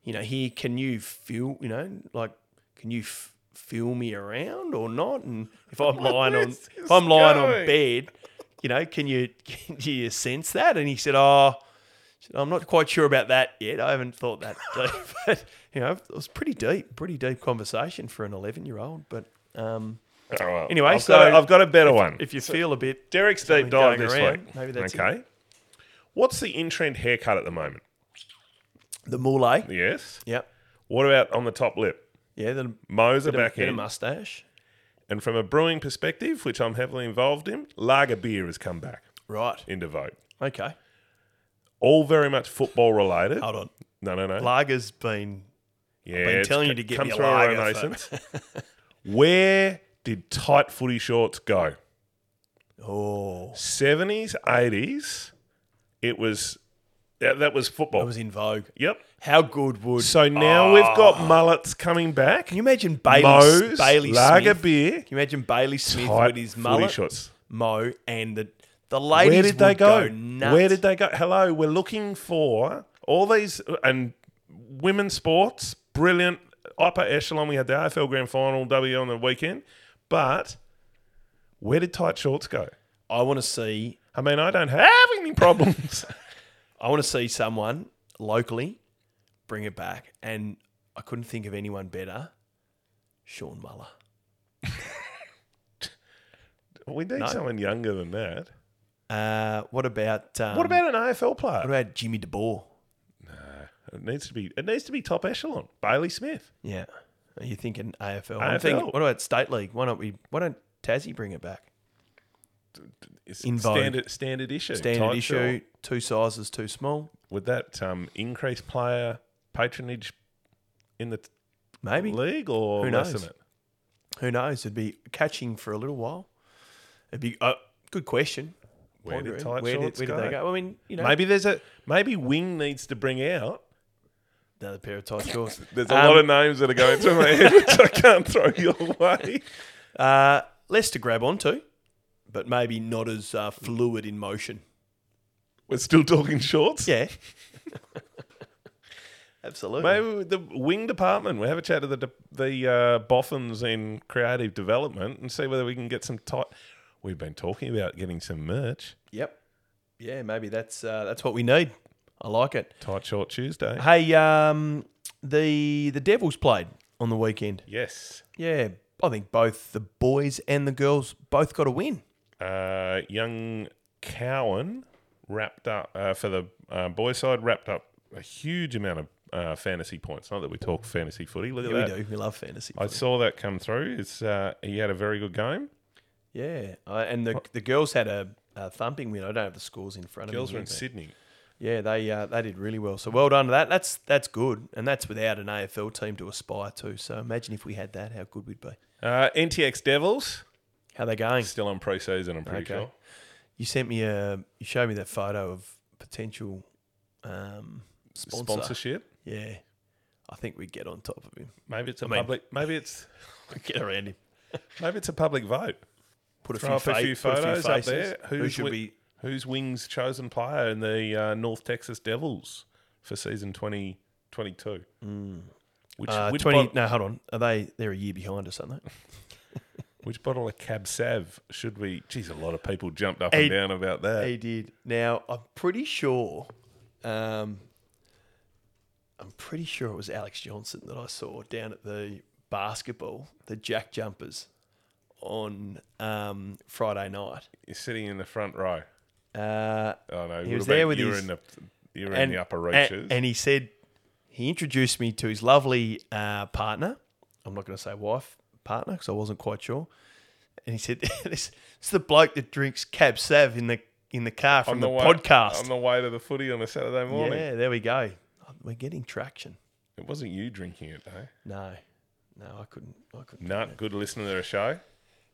B: You know, here can you feel? You know, like can you? F- feel me around or not and if i'm lying on
A: is
B: if i'm lying on
A: going?
B: bed you know can you can you sense that and he said oh Said, I'm not quite sure about that yet. I haven't thought that deep, but you know, it was pretty deep, pretty deep conversation for an 11 year old. But um,
A: Oh, well,
B: Anyway,
A: I've
B: so
A: got a, I've got a better one.
B: if you feel a bit,
A: Derek's deep
B: something
A: dive
B: going
A: this
B: around,
A: week.
B: maybe that's it.
A: okay. What's the in trend haircut at the moment?
B: the eh? mullet.
A: Yes.
B: Yep.
A: What about on the top lip?
B: Yeah. The
A: Mo's are
B: bit of,
A: back
B: bit of
A: in,
B: mustache.
A: and from a brewing perspective, which I'm heavily involved in, lager beer has come back
B: Right.
A: into vogue.
B: Okay.
A: All very much football related.
B: Hold on.
A: No, no, no.
B: Lager's been.
A: Yeah,
B: been
A: it's
B: telling
A: c-
B: you to get
A: come
B: me a
A: through
B: lager,
A: our renaissance. Where did tight footy shorts go?
B: Oh.
A: 70s, 80s. It was that, that was football.
B: It was in vogue.
A: yep.
B: How good would.
A: So now we've
B: Ah.
A: got mullets coming back.
B: Can you imagine Bailey,
A: Moe's,
B: Bailey
A: lager
B: Smith?
A: beer,
B: Can you imagine Bailey Smith
A: tight
B: with his
A: footy
B: mullet,
A: shorts.
B: Mo, and the the
A: Where
B: ladies
A: did they
B: would
A: go?
B: nuts.
A: Where did they go? Hello, we're looking for all these and women's sports, brilliant upper echelon. We had the AFL Grand Final W on the weekend, but where did tight shorts go?
B: I want to see
A: I mean, I don't have any problems.
B: I want to see someone locally bring it back, and I couldn't think of anyone better. Sean Muller.
A: we need someone younger than that.
B: Uh, what about um,
A: What about an AFL
B: what
A: player?
B: about Jimmy DeBoer?
A: It needs to be. It needs to be top echelon. Bailey Smith.
B: Yeah, are you thinking AFL?
A: AFL.
B: I'm thinking. What about state league? Why don't we? Why don't Tassie bring it back?
A: It's
B: In vogue.
A: standard standard issue.
B: Standard
A: Tight
B: issue,
A: short.
B: two sizes too small.
A: Would that um, increase player patronage in the
B: Maybe
A: league or
B: Who knows?
A: lessen it?
B: who knows? It'd be catching for a little while. It'd be uh, good question.
A: Where did
B: Pondering.
A: tight
B: where
A: shorts
B: did, where did they
A: go?
B: go? I mean, you know,
A: Maybe there's a maybe Wing needs to bring out.
B: another pair of tight shorts.
A: There's
B: a lot of
A: names that are going through my head which I can't throw your way.
B: Uh, less to grab onto, but maybe not as uh, fluid in motion.
A: We're still talking shorts.
B: Yeah. Absolutely.
A: Maybe with the wing department. We have a chat to the de- the uh, boffins in creative development and see whether we can get some tight. We've been talking about getting some merch.
B: Yep. Yeah, maybe that's uh, that's what we need. I like it.
A: Tight short Tuesday.
B: Hey, um, the the Devils played on the weekend.
A: Yes.
B: Yeah, I think both the boys and the girls both got a win.
A: Uh, young Cowan wrapped up uh, for the uh, boy side. Wrapped up a huge amount of uh, fantasy points. Not that we talk fantasy footy. Look at
B: Yeah,
A: that.
B: we do. We love fantasy.
A: I
B: footy.
A: saw that come through. It's uh, he had a very good game.
B: yeah, uh, and the the girls had a, a thumping win. I don't have the scores in front
A: Girls
B: of
A: were
B: me.
A: in
B: here, but-
A: Sydney.
B: Yeah, they uh, they did really well. So well done to that. That's that's good, and that's without an AFL team to aspire to. So imagine if we had that, how good we'd be.
A: Uh, NTX Devils
B: How they going?
A: still on pre-season. I'm pretty
B: Okay.
A: sure.
B: You sent me a you showed me that photo of potential um, sponsor.
A: Sponsorship.
B: Yeah, I think we get on top of him.
A: Maybe it's a
B: mean-
A: public. Maybe it's
B: We get around him.
A: maybe it's a public vote.
B: Put a,
A: Throw
B: few,
A: up a
B: fa-
A: few
B: put a few
A: photos up
B: faces.
A: there.
B: Who
A: Who's
B: should
A: wi-
B: be?
A: Who's Wing's chosen player in the uh, North Texas Devils for season 2022? Which,
B: Uh,
A: which,
B: Twenty.
A: bot-
B: no, hold on. Are they? They're a year behind us, aren't they?
A: which bottle of Cab Sav should we? Geez, a lot of people jumped up
B: Eight-
A: and down about that.
B: He did. Now I'm pretty sure, um, I'm pretty sure it was Alex Johnson that I saw down at the basketball, the Jack Jumpers, on um, Friday night.
A: You're sitting in the front row.
B: Uh,
A: Oh no,
B: He was
A: what about
B: there with
A: you were
B: his-
A: in the you were in
B: and,
A: the upper
B: and-
A: reaches.
B: And, he said he introduced me to his lovely uh, partner. I'm not going to say wife, partner, because I wasn't quite sure. And he said, "This it's the bloke that drinks Cab Sav in the in the car from
A: on
B: the,
A: way,
B: podcast."
A: on the way to the footy on a Saturday morning.
B: Yeah, there we go. Oh, We're getting traction.
A: It wasn't you drinking it though.
B: No, no, I couldn't. I couldn't.
A: Nut, good listener to the show.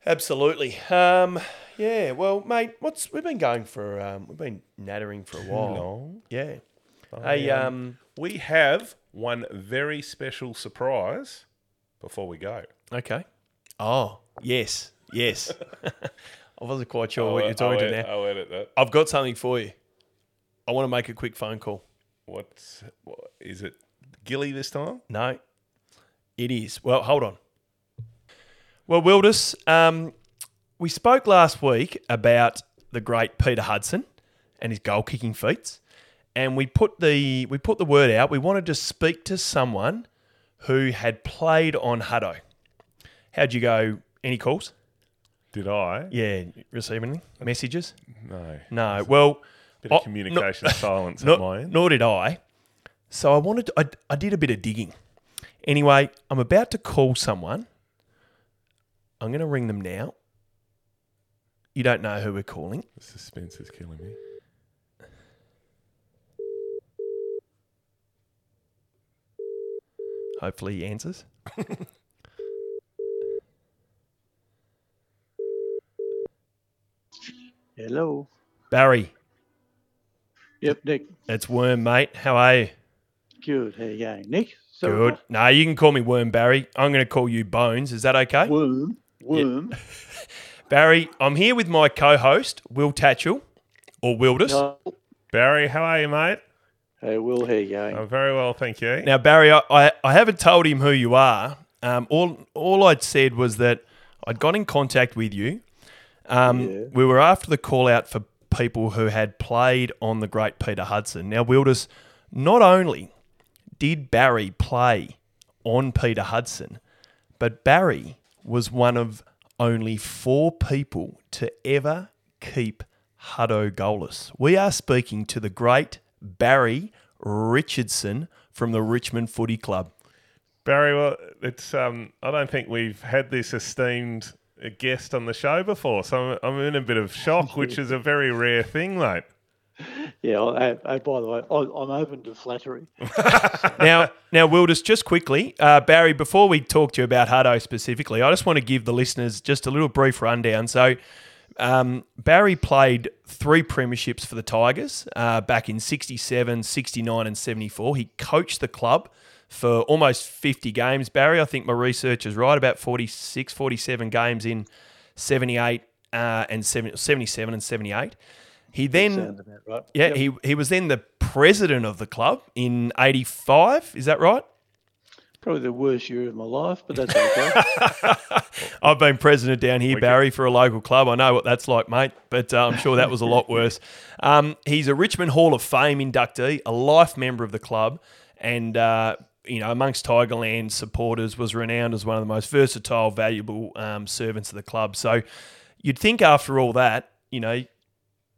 B: Absolutely. Um, yeah. Well, mate, what's we've been going for? Um, we've been nattering for a while.
A: Long. Oh,
B: Yeah. Hey. Um.
A: We have one very special surprise before we go.
B: Okay. Oh yes, yes. I wasn't quite sure what
A: I'll-
B: you're talking
A: I'll
B: to
A: ed-
B: now.
A: I'll edit that.
B: I've got something for you. I want to make a quick phone call.
A: What's what, is it? Gilly this time?
B: No, it is. Well, hold on. Well, Wildus, um, we spoke last week about the great Peter Hudson and his goal kicking feats, and we put the we put the word out. We wanted to speak to someone who had played on Hutto. How'd you go? Any calls?
A: Did I?
B: Yeah, receive anything? Messages?
A: No.
B: Oh, No. Well,
A: Bit of
B: I-
A: communication silence
B: no-
A: at my end.
B: nor did I. So I wanted to, I, I did a bit of digging. Anyway, I'm about to call someone. I'm going to ring them now. You don't know who we're calling.
A: The suspense is killing me.
B: Hopefully he answers.
C: Hello.
B: Barry,
C: Yep, Nick.
B: it's Worm, mate. How are you?
C: Good. Hey, yeah, Nick. So
B: Good. No, you can call me Worm, Barry. I'm going to call you Bones. Is that okay?
C: Worm. Worm.
B: Barry, I'm here with my co-host, Will Tatchell, or Wildus.
C: No.
A: Barry, how are you, mate?
C: Hey, Will. Hey, yeah.
A: I'm very well, thank you.
B: Now, Barry, I, I, I haven't told him who you are. Um, all all I'd said was that I'd got in contact with you. Um,
C: Yeah.
B: We were after the call out for people who had played on the great Peter Hudson. Now, Wilders, not only did Barry play on Peter Hudson, but Barry was one of only four people to ever keep Hutto goalless. We are speaking to the great Barry Richardson from the Richmond Footy Club.
A: Barry, well, it's um, I don't think we've had this esteemed uh, guest on the show before, so I'm, I'm in a bit of shock, which is a very rare thing, mate.
C: Yeah. I, I, by the way, I, I'm open to flattery.
B: now, now, Wilders, just quickly, uh, Barry, before we talk to you about Hutto specifically, I just want to give the listeners just a little brief rundown. So, um, Barry played three premierships for the Tigers uh, back in 67, 69, and 74. He coached the club for almost 50 games. Barry, I think my research is right, about 46, 47 games in 78 uh, and 70, 77 and 78. He then.
C: Sounds about right.
B: Yeah, he, he was then the president of the club in 85. Is that right?
C: Probably the worst year of my life, but that's okay.
B: I've been president down here, Barry, for a local club. I know what that's like, mate, but uh, I'm sure that was a lot worse. Um, he's a Richmond Hall of Fame inductee, a life member of the club, and, uh, you know, amongst Tigerland supporters, was renowned as one of the most versatile, valuable um, servants of the club. So you'd think after all that, you know,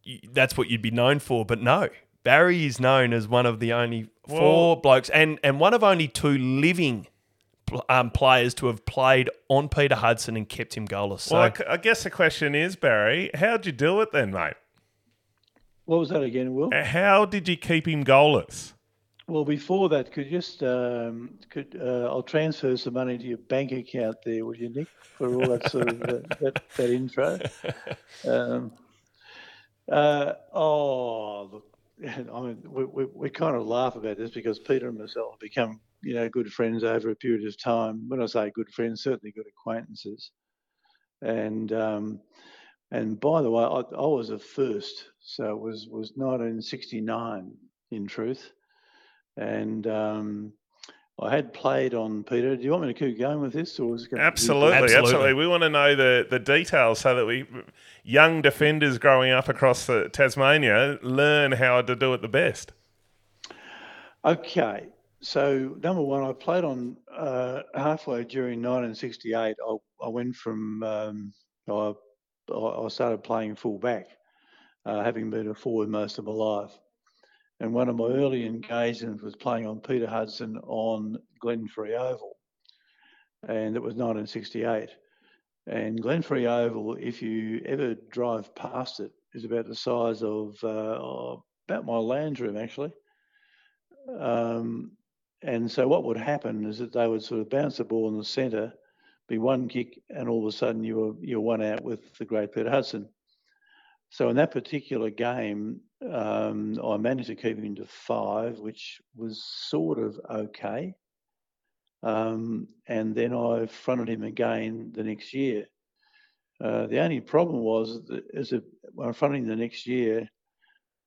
B: you- that's what you'd be known for, but no. Barry is known as one of the only four blokes and, and one of only two living pl- um, players to have played on Peter Hudson and kept him goalless. So,
A: Well, I c- I, guess the question is, Barry, how'd you do it then, mate?
C: what was that again, Will?
A: Uh, How did you keep him goalless?
C: Well, before that, could you just um, could uh, I'll transfer some money to your bank account there, will you, Nick, for all that sort of that, that, that intro. Um, uh, oh, look, I mean, we, we, we kind of laugh about this because Peter and myself have become you know, good friends over a period of time. When I say good friends, certainly good acquaintances. And um, and by the way, I, I was a first, so it was was 1969 in truth. And um, I had played on Peter. Do you want me to keep going with this, or is it going to be-
A: Absolutely, absolutely,
B: Absolutely.
A: We want to know the, the details so that we, young defenders growing up across the, Tasmania, learn how to do it the best.
C: Okay. So number one, I played on uh, halfway during 1968. I, I went from um, I, I I started playing full back, uh, having been a forward most of my life. And one of my early engagements was playing on Peter Hudson on Glenfrey Oval, and it was 1968. And Glenfrey Oval, if you ever drive past it, is about the size of uh, oh, about my lounge room actually. Um, and so what would happen is that they would sort of bounce the ball in the centre, be one kick, and all of a sudden you were you're one out with the great Peter Hudson. So in that particular game, um, I managed to keep him to five, which was sort of okay. Um, and then I fronted him again the next year. Uh, the only problem was that as a, when I fronted him the next year,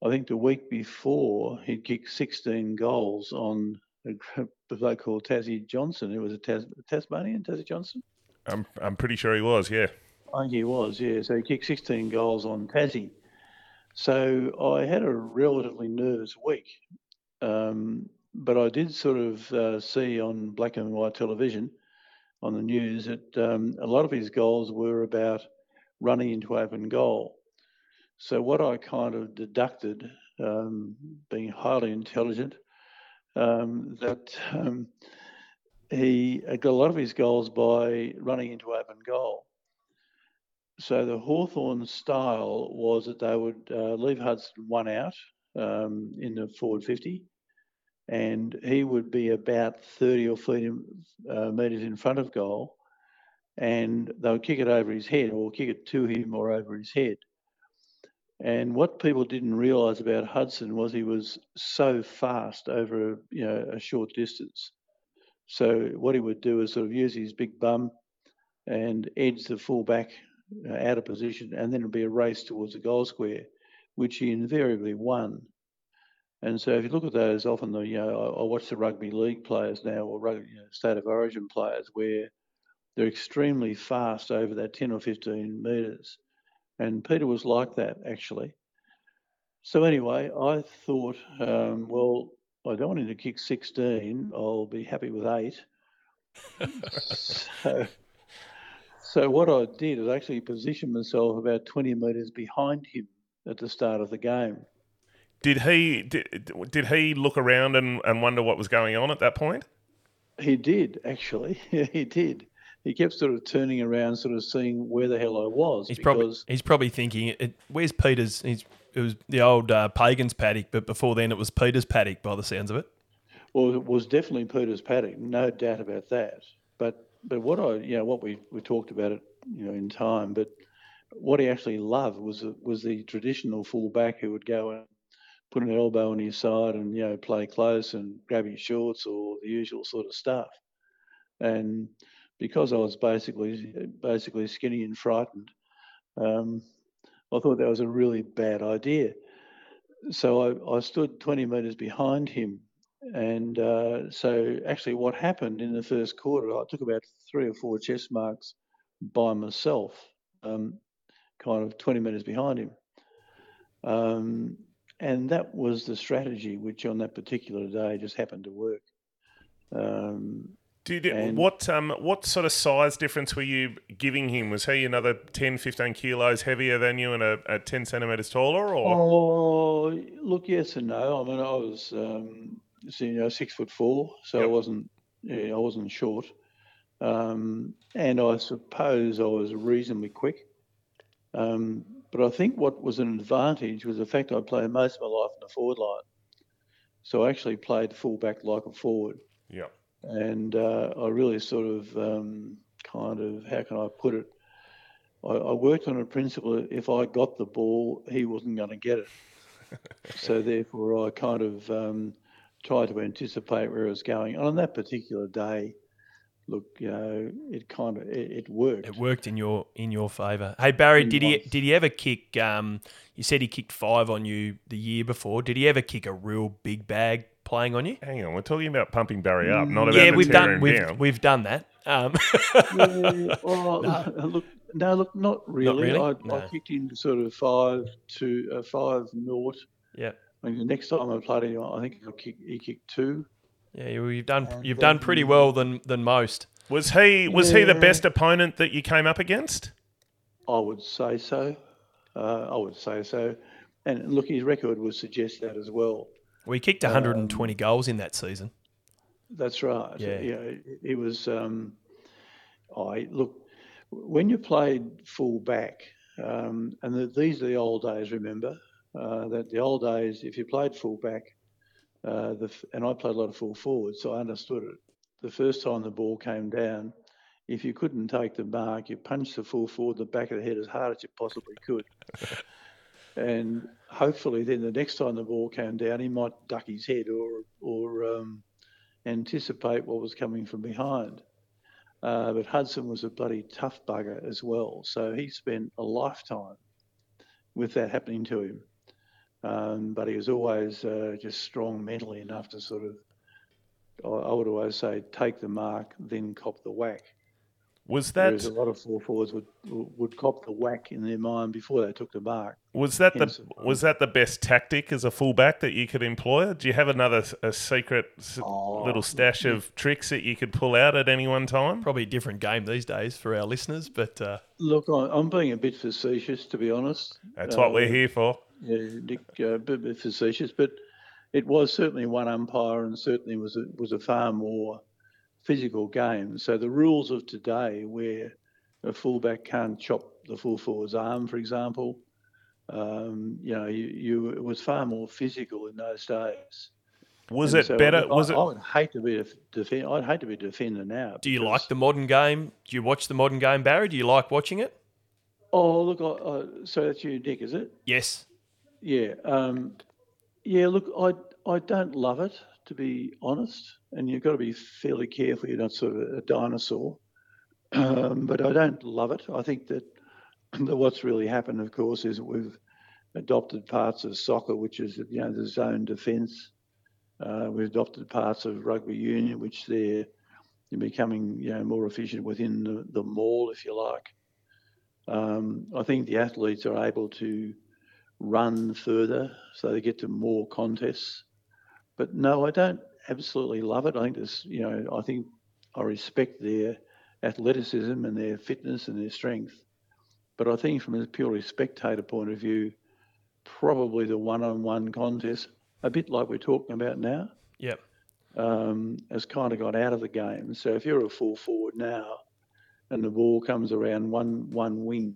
C: I think the week before he'd kicked 16 goals on a gr- a bloke called Tassie Johnson, who was a Tas- Tasmanian, Tassie Johnson.
A: I'm, I'm pretty sure he was, yeah.
C: I think he was, yeah. So he kicked 16 goals on Tassie. So I had a relatively nervous week, um, but I did sort of uh, see on black and white television, on the news, that um, a lot of his goals were about running into open goal. So what I kind of deducted, um, being highly intelligent, um, that um, he uh, got a lot of his goals by running into open goal. So the Hawthorn style was that they would uh, leave Hudson one out um, in the forward 50, and he would be about 30 or 40 uh, metres in front of goal, and they would kick it over his head or kick it to him or over his head. And what people didn't realise about Hudson was he was so fast over you know a short distance. So what he would do is sort of use his big bum and edge the fullback uh, out of position, and then it'd be a race towards the goal square, which he invariably won. And so if you look at those, often the you know I, I watch the rugby league players now or rugby, you know, state of origin players where they're extremely fast over that 10 or 15 metres. And Peter was like that actually. So anyway, I thought, um, well, I don't want him to kick 16. I'll be happy with eight. so, so what I did is actually position myself about 20 metres behind him at the start of the game.
A: Did he did, did he look around and, and wonder what was going on at that point?
C: He did actually. he did. He kept sort of turning around, sort of seeing where the hell I was.
B: He's probably
C: because-
B: he's probably thinking, it, "Where's Peter's?" He's, it was the old uh, Pagans paddock, but before then it was Peter's paddock, by the sounds of it.
C: Well, it was definitely Peter's paddock, no doubt about that. But but what I you know what we, we talked about it you know in time, but what he actually loved was was the traditional fullback who would go and put an elbow on his side and you know play close and grab his shorts or the usual sort of stuff. And because I was basically basically skinny and frightened, um, I thought that was a really bad idea. So I, I stood 20 metres behind him and uh, so, actually, what happened in the first quarter, I took about three or four chest marks by myself, um, kind of 20 metres behind him. Um, and that was the strategy which, on that particular day, just happened to work. Um,
A: Did it,
C: And-
A: what um what sort of size difference were you giving him? Was he another 10, 15 kilos heavier than you and a, a ten centimeters taller, or
C: oh, look, yes and no. I mean, I was, um, so, you know, six foot four, so I
A: Yep.
C: wasn't, yeah, I wasn't short. Um, and I suppose I was reasonably quick. Um, but I think what was an advantage was the fact I played most of my life in the forward line. So I actually played fullback like a forward.
A: yeah?
C: And uh, I really sort of um, kind of, how can I put it? I, I worked on a principle that if I got the ball, he wasn't going to get it. so therefore, I kind of um, try to anticipate where it was going. And on that particular day, look, you know, it kind of it, it worked.
B: It worked in your in your favour. Hey Barry,
C: In
B: did he
C: once.
B: did he ever kick? Um, you said he kicked five on you the year before. Did he ever kick a real big bag playing on you?
A: Hang on, we're talking about pumping Barry up, not about
B: Yeah, we've
A: tearing
B: done
A: him
B: we've
A: down.
B: we've done that. Um,
C: Yeah, well, look, no, look, not really.
B: really?
C: I,
B: No.
C: I kicked in sort of five to uh, five naught.
B: yeah,
C: I mean, the next time I played him, I think I kicked, he kicked two.
B: yeah, you- you've done
C: And
B: you've done
C: then-
B: pretty well than than most.
A: was he was he the
C: Yeah.
A: best opponent that you came up against?
C: I would say so. Uh, I would say so. And look, his record would suggest that as well.
B: We kicked
C: Um,
B: 120 goals in that season.
C: That's right.
B: Yeah.
C: it, it was. Um, I look when you played full back, um, and the, these are the old days. Remember uh, that the old days, if you played full back, uh, the f- and I played a lot of full forward, so I understood it. The first time the ball came down, if you couldn't take the mark, you punched the full forward in the back of the head as hard as you possibly could. And hopefully, then the next time the ball came down, he might duck his head or or um, anticipate what was coming from behind. Uh, but Hudson was a bloody tough bugger as well, so he spent a lifetime with that happening to him. Um, but he was always uh, just strong mentally enough to sort of, I I would always say, take the mark, then cop the whack.
A: Was
C: Whereas
A: that
C: a lot of four forwards would would cop the whack in their mind before they took the mark.
A: was that the
C: Yes, of
A: was that the best tactic as a fullback that you could employ? Do you have another s- a secret s
C: Oh,
A: little stash of tricks that you could pull out at any one time?
B: Probably a different game these days for our listeners, but uh,
C: Look, I- I'm being a bit facetious, to be honest.
A: That's what we're
C: Uh,
A: here for.
C: Yeah, Nick, uh, a bit, bit facetious, but it was certainly one umpire, and certainly was a, was a far more physical game. So the rules of today, where a fullback can't chop the full forward's arm, for example, um, you know, you, you it was far more physical in those days.
A: Was
C: And
A: it
C: so
A: better?
C: I,
A: was it
C: I would hate to be a defender. I'd hate to be a defender now.
B: do you
C: because-
B: like the modern game? Do you watch the modern game, Barry? Do you like watching it?
C: Oh, look, I, I, so that's you, Nick, is it?
B: Yes.
C: Yeah, um, yeah. Look, I I don't love it to be honest, and you've got to be fairly careful. You're not sort of a dinosaur, um, but I don't love it. I think that, that what's really happened, of course, is we've adopted parts of soccer, which is you know the zone defence. Uh, we've adopted parts of rugby union, which they're they're becoming you know more efficient within the, the mall, if you like. Um, I think the athletes are able to run further so they get to more contests. But no, I don't absolutely love it. I think there's, you know, I think I respect their athleticism and their fitness and their strength. But I think from a purely spectator point of view, probably the one on one contest, a bit like we're talking about now,
B: Yep.
C: um, has kind of got out of the game. So if you're a full forward now and the ball comes around one one wing,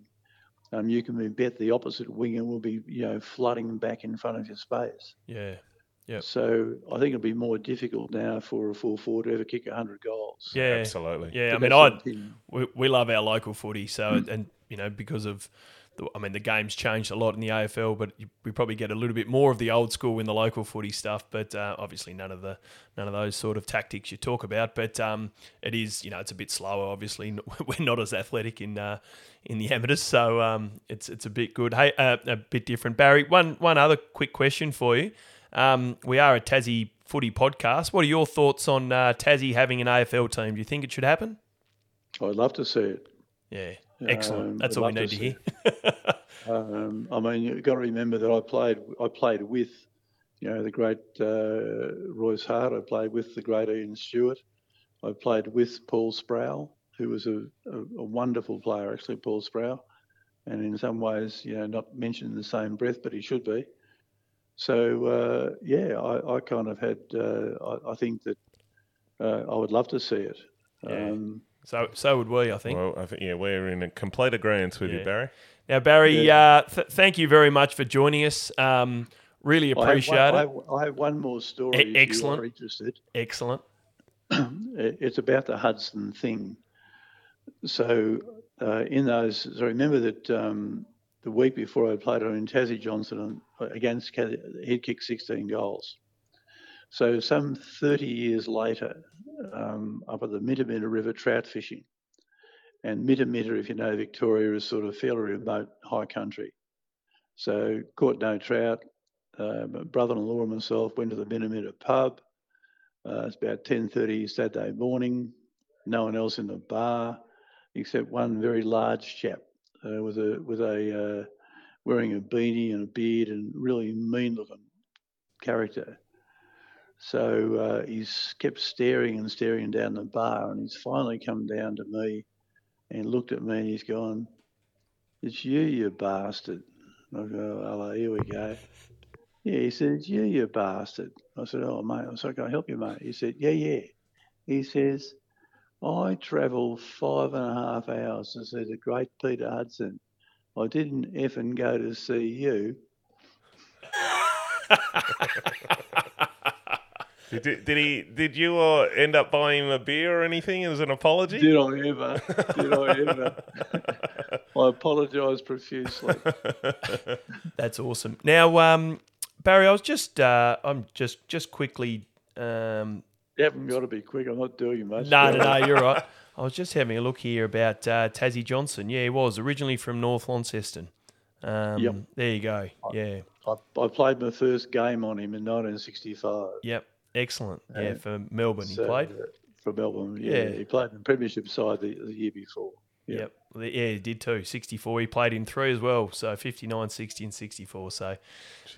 C: um, you can bet the opposite winger will be you know flooding back in front of your space.
B: Yeah. Yep.
C: So I think it'll be more difficult now for a full forward to ever kick 100 goals.
B: Yeah.
A: absolutely?
B: Yeah. I
C: But
B: mean,
C: that's
B: I
C: the thing.
B: we, we love our local footy. So, and you know, because of, the, I mean, the game's changed a lot in the AFL, but you, we probably get a little bit more of the old school in the local footy stuff. But uh, obviously, none of the none of those sort of tactics you talk about. But um, it is, you know, it's a bit slower. Obviously, we're not as athletic in uh, in the amateurs, so um, it's it's a bit good. Hey, uh, a bit different, Barry. One one other quick question for you. Um, we are a Tassie footy podcast. What are your thoughts on uh, Tassie having an AFL team? Do you think it should happen?
C: I'd love to see it.
B: Yeah,
C: Um,
B: excellent. That's
C: I'd
B: all we need
C: love
B: to
C: to see
B: hear.
C: Um, I mean, you've got to remember that I played I played with, you know, the great uh, Royce Hart. I played with the great Ian Stewart. I played with Paul Sproul, who was a, a, a wonderful player, actually, Paul Sproul. And in some ways, you know, not mentioned in the same breath, but he should be. So, uh, yeah, I, I kind of had, uh, I, I think that uh, I would love to see it.
B: Yeah.
C: Um,
B: so, so would we, I think.
A: Well, I think yeah, we're in a complete agreement with
B: Yeah.
A: you, Barry.
B: now, Barry,
C: Yeah.
B: uh, th- thank you very much for joining us. Um, really
C: I have
B: appreciate it. E,
C: one- I have, I have one more story. if you are
B: excellent.
C: interested.
B: excellent.
C: it- it's about the Hudson thing. So, uh, in those, so remember that um, the week before I played on Tassie Johnson on, against Cas- he'd kicked 16 goals. So, some 30 years later, um, up at the Mintaminta River trout fishing. And Mintaminta, if you know Victoria, is sort of fairly remote high country. So, caught no trout. Uh, my brother-in-law and myself went to the Mintaminta pub. Uh, it's about 10.30 Saturday morning. No one else in the bar except one very large chap uh, with a with a uh, wearing a beanie and a beard and really mean looking character. So uh, he's kept staring and staring down the bar, and he's finally come down to me and looked at me and he's gone, "It's you, you bastard." And I go, "Hello, here we go." Yeah, he said, "It's you, you bastard." I said, "Oh, mate, I said, can I help you, mate?" He said, "Yeah, yeah." He says. I travelled five and a half hours to see the great Peter Hudson. I didn't effing go to see you.
A: Did, did, did he? Did you uh, end up buying him a beer or anything as an apology?
C: Did I ever? Did I ever? I apologise profusely.
B: That's awesome. Now, um, Barry, I was just, uh, I'm just, just quickly. Um,
C: You haven't got to be quick. I'm not doing much.
B: no, no,
C: Sorry.
B: no, you're right. I was just having a look here about uh, Tassie Johnson. Yeah, he was originally from North Launceston. Um,
C: Yep.
B: There you go. Yeah.
C: I, I played my first game on him in 1965.
B: Yep. Excellent. Yeah,
C: Uh,
B: for Melbourne he
C: So,
B: played.
C: uh, for Melbourne. Yeah,
B: Yeah.
C: he played in the Premiership side the, the year before. yeah.
B: Yep. Well, Yeah, he did too. 64. He played in three as well. So 59, 60, and 64. So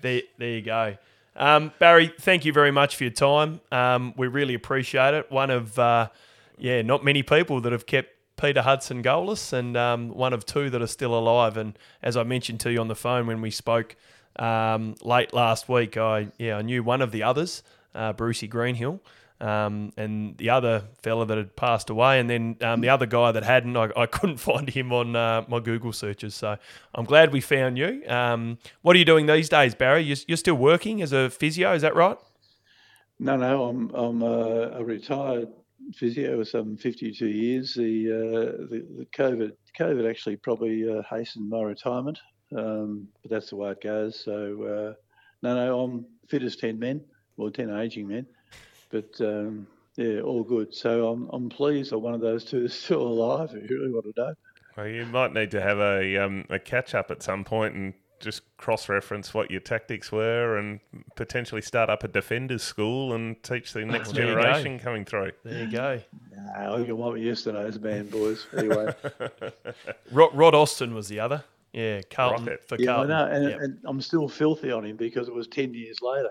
B: there, there you go. Um, Barry, thank you very much for your time. Um, we really appreciate it. One of, uh, yeah, not many people that have kept Peter Hudson goalless, and um, one of two that are still alive. And as I mentioned to you on the phone when we spoke um, late last week, I yeah, I knew one of the others, uh, Brucey Greenhill. Um, and the other fella that had passed away, and then um, the other guy that hadn't, I, I couldn't find him on uh, my Google searches. So I'm glad we found you. Um, what are you doing these days, Barry? You're, you're still working as a physio, is that right?
C: No, no, I'm I'm a, a retired physio with some 52 years. The uh, the, the COVID COVID actually probably uh, hastened my retirement, um, but that's the way it goes. So uh, no, no, I'm fit as 10 men, well 10 aging men, but um, yeah, all good. So I'm I'm pleased that one of those two is still alive. If you really want to know.
A: Well, you might need to have a um, a catch up at some point and just cross reference what your tactics were and potentially start up a defenders school and teach the next
B: Well, there you go.
A: generation coming through.
B: There you go.
C: Nah, I can want yesterday's man, boys. Anyway.
B: Rod, Rod Austin was the other. Yeah, Carlton
A: Rocket.
B: for
C: Yeah, I
B: Carlton.
C: know, and,
B: Yep.
C: and I'm still filthy on him because it was ten years later.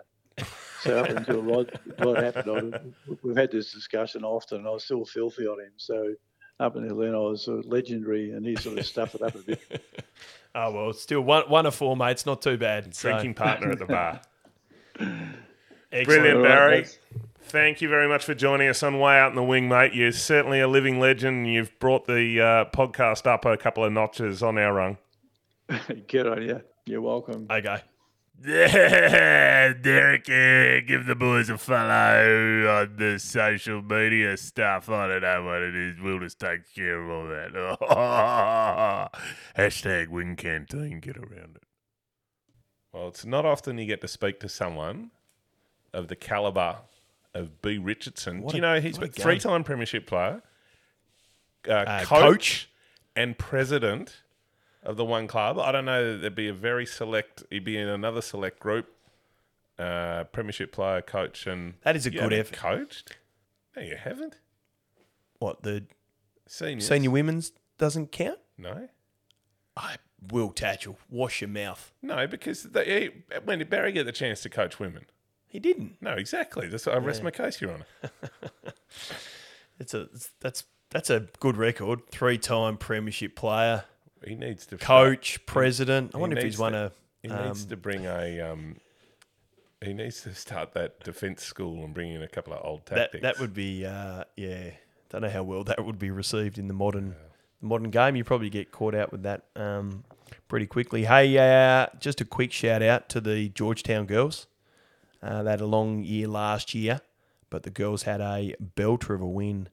C: So up until Rod, Rod happened, I, we've had this discussion often. And I was still filthy on him. So up until then, I was sort of legendary, and he sort of stuffed it up a bit.
B: Oh well, it's still one one of four mates, not too bad. So,
A: Drinking partner at the bar.
B: excellent.
A: Brilliant,
C: All right,
A: Barry.
C: that's-
A: Thank you very much for joining us on Way Out in the Wing, mate. You're certainly a living legend. and You've brought the uh, podcast up a couple of notches on our rung.
C: Get on, yeah. You're welcome.
B: Okay.
A: Yeah, Derek, uh, give the boys a follow on the social media stuff. I don't know what it is. We'll just take care of all that. Hashtag Wing Canteen, get around it. Well, it's not often you get to speak to someone of the caliber of B. Richardson.
B: What
A: Do you
B: a-
A: know he's
B: what a
A: been
B: game.
A: three-time premiership player, uh,
B: Uh,
A: coach, and president of the one club. I don't know. that There'd be a very select. He'd be in another select group. Uh, premiership player, coach, and
B: That is a
A: You
B: good
A: haven't
B: effort.
A: Coached? No, you haven't.
B: What the
A: Senior.
B: senior women's doesn't count?
A: No.
B: I will tatchell. Wash your mouth.
A: No, because they, he- when did Barry get the chance to coach women?
B: He didn't.
A: No, exactly. That's I rest my case, Your Honour.
B: It's a it's- that's that's a good record. Three time premiership player,
A: He needs to
B: coach, president. I wonder if
A: needs
B: he's won
A: to-
B: a
A: He
B: um,
A: needs to bring a. Um, he needs to start that defence school and bring in a couple of old
B: that
A: tactics.
B: that would be uh, yeah. Don't know how well that would be received in the modern the modern game. You probably get caught out with that um, pretty quickly. Hey, uh, just a quick shout out to the Georgetown girls. Uh, they had a long year last year, but the girls had a belter of a win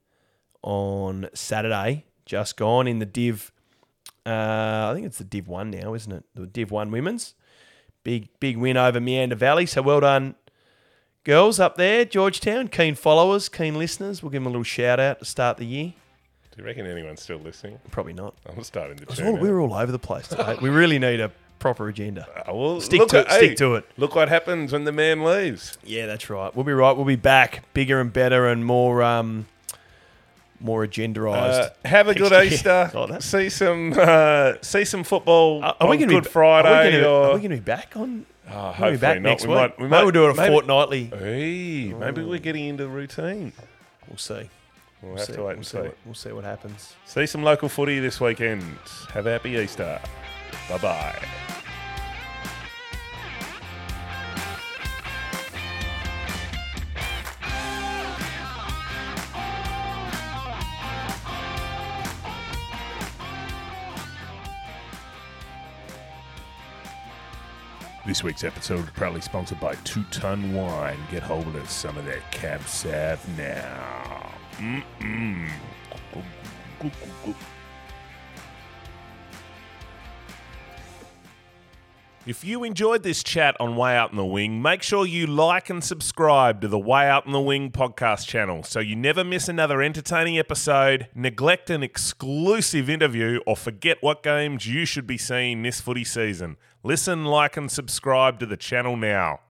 B: on Saturday. Just gone in the Div. Uh, I think it's the Div One now, isn't it? The Div One Women's big big win over Meander Valley. So well done, Girls up there, Georgetown, keen followers, keen listeners. We'll give them a little shout out to start the year.
A: Do you reckon anyone's still listening?
B: Probably not.
A: I'm starting to
B: Well,
A: tune out.
B: we were all over the place today. we really need a proper agenda.
A: Ah, well,
B: Stick
A: look
B: to
A: at-
B: it, stick to it.
A: Look what happens when the man leaves.
B: Yeah, that's right. We'll be right. We'll be back bigger and better and more um more agendaized.
A: Uh, have a good
B: Next year.
A: Easter.
B: Like Oh, that.
A: see some uh, see some football
B: Are- are we
A: on
B: going to
A: Good
B: be
A: Friday?
B: Are we gonna-
A: or,
B: are we going to be back on?
A: Oh,
B: We'll
A: hopefully
B: be back
A: not.
B: next
A: we
B: week.
A: Might, we
B: maybe
A: might
B: we'll do it a
A: maybe-
B: fortnightly.
A: Hey, maybe we're getting into the routine.
B: We'll see.
A: We'll,
B: We'll
A: have
B: see.
A: to wait
B: we'll
A: and
B: see.
A: see.
B: What, we'll see what happens.
A: See some local footy this weekend. Have a happy Easter. Bye bye. This week's episode is proudly sponsored by Two Ton Wine. Get hold of some of their cab sav now. Mm-mm. If you enjoyed this chat on Way Out in the Wing, make sure you like and subscribe to the Way Out in the Wing podcast channel so you never miss another entertaining episode, neglect an exclusive interview, or forget what games you should be seeing this footy season. Listen, like, and subscribe to the channel now.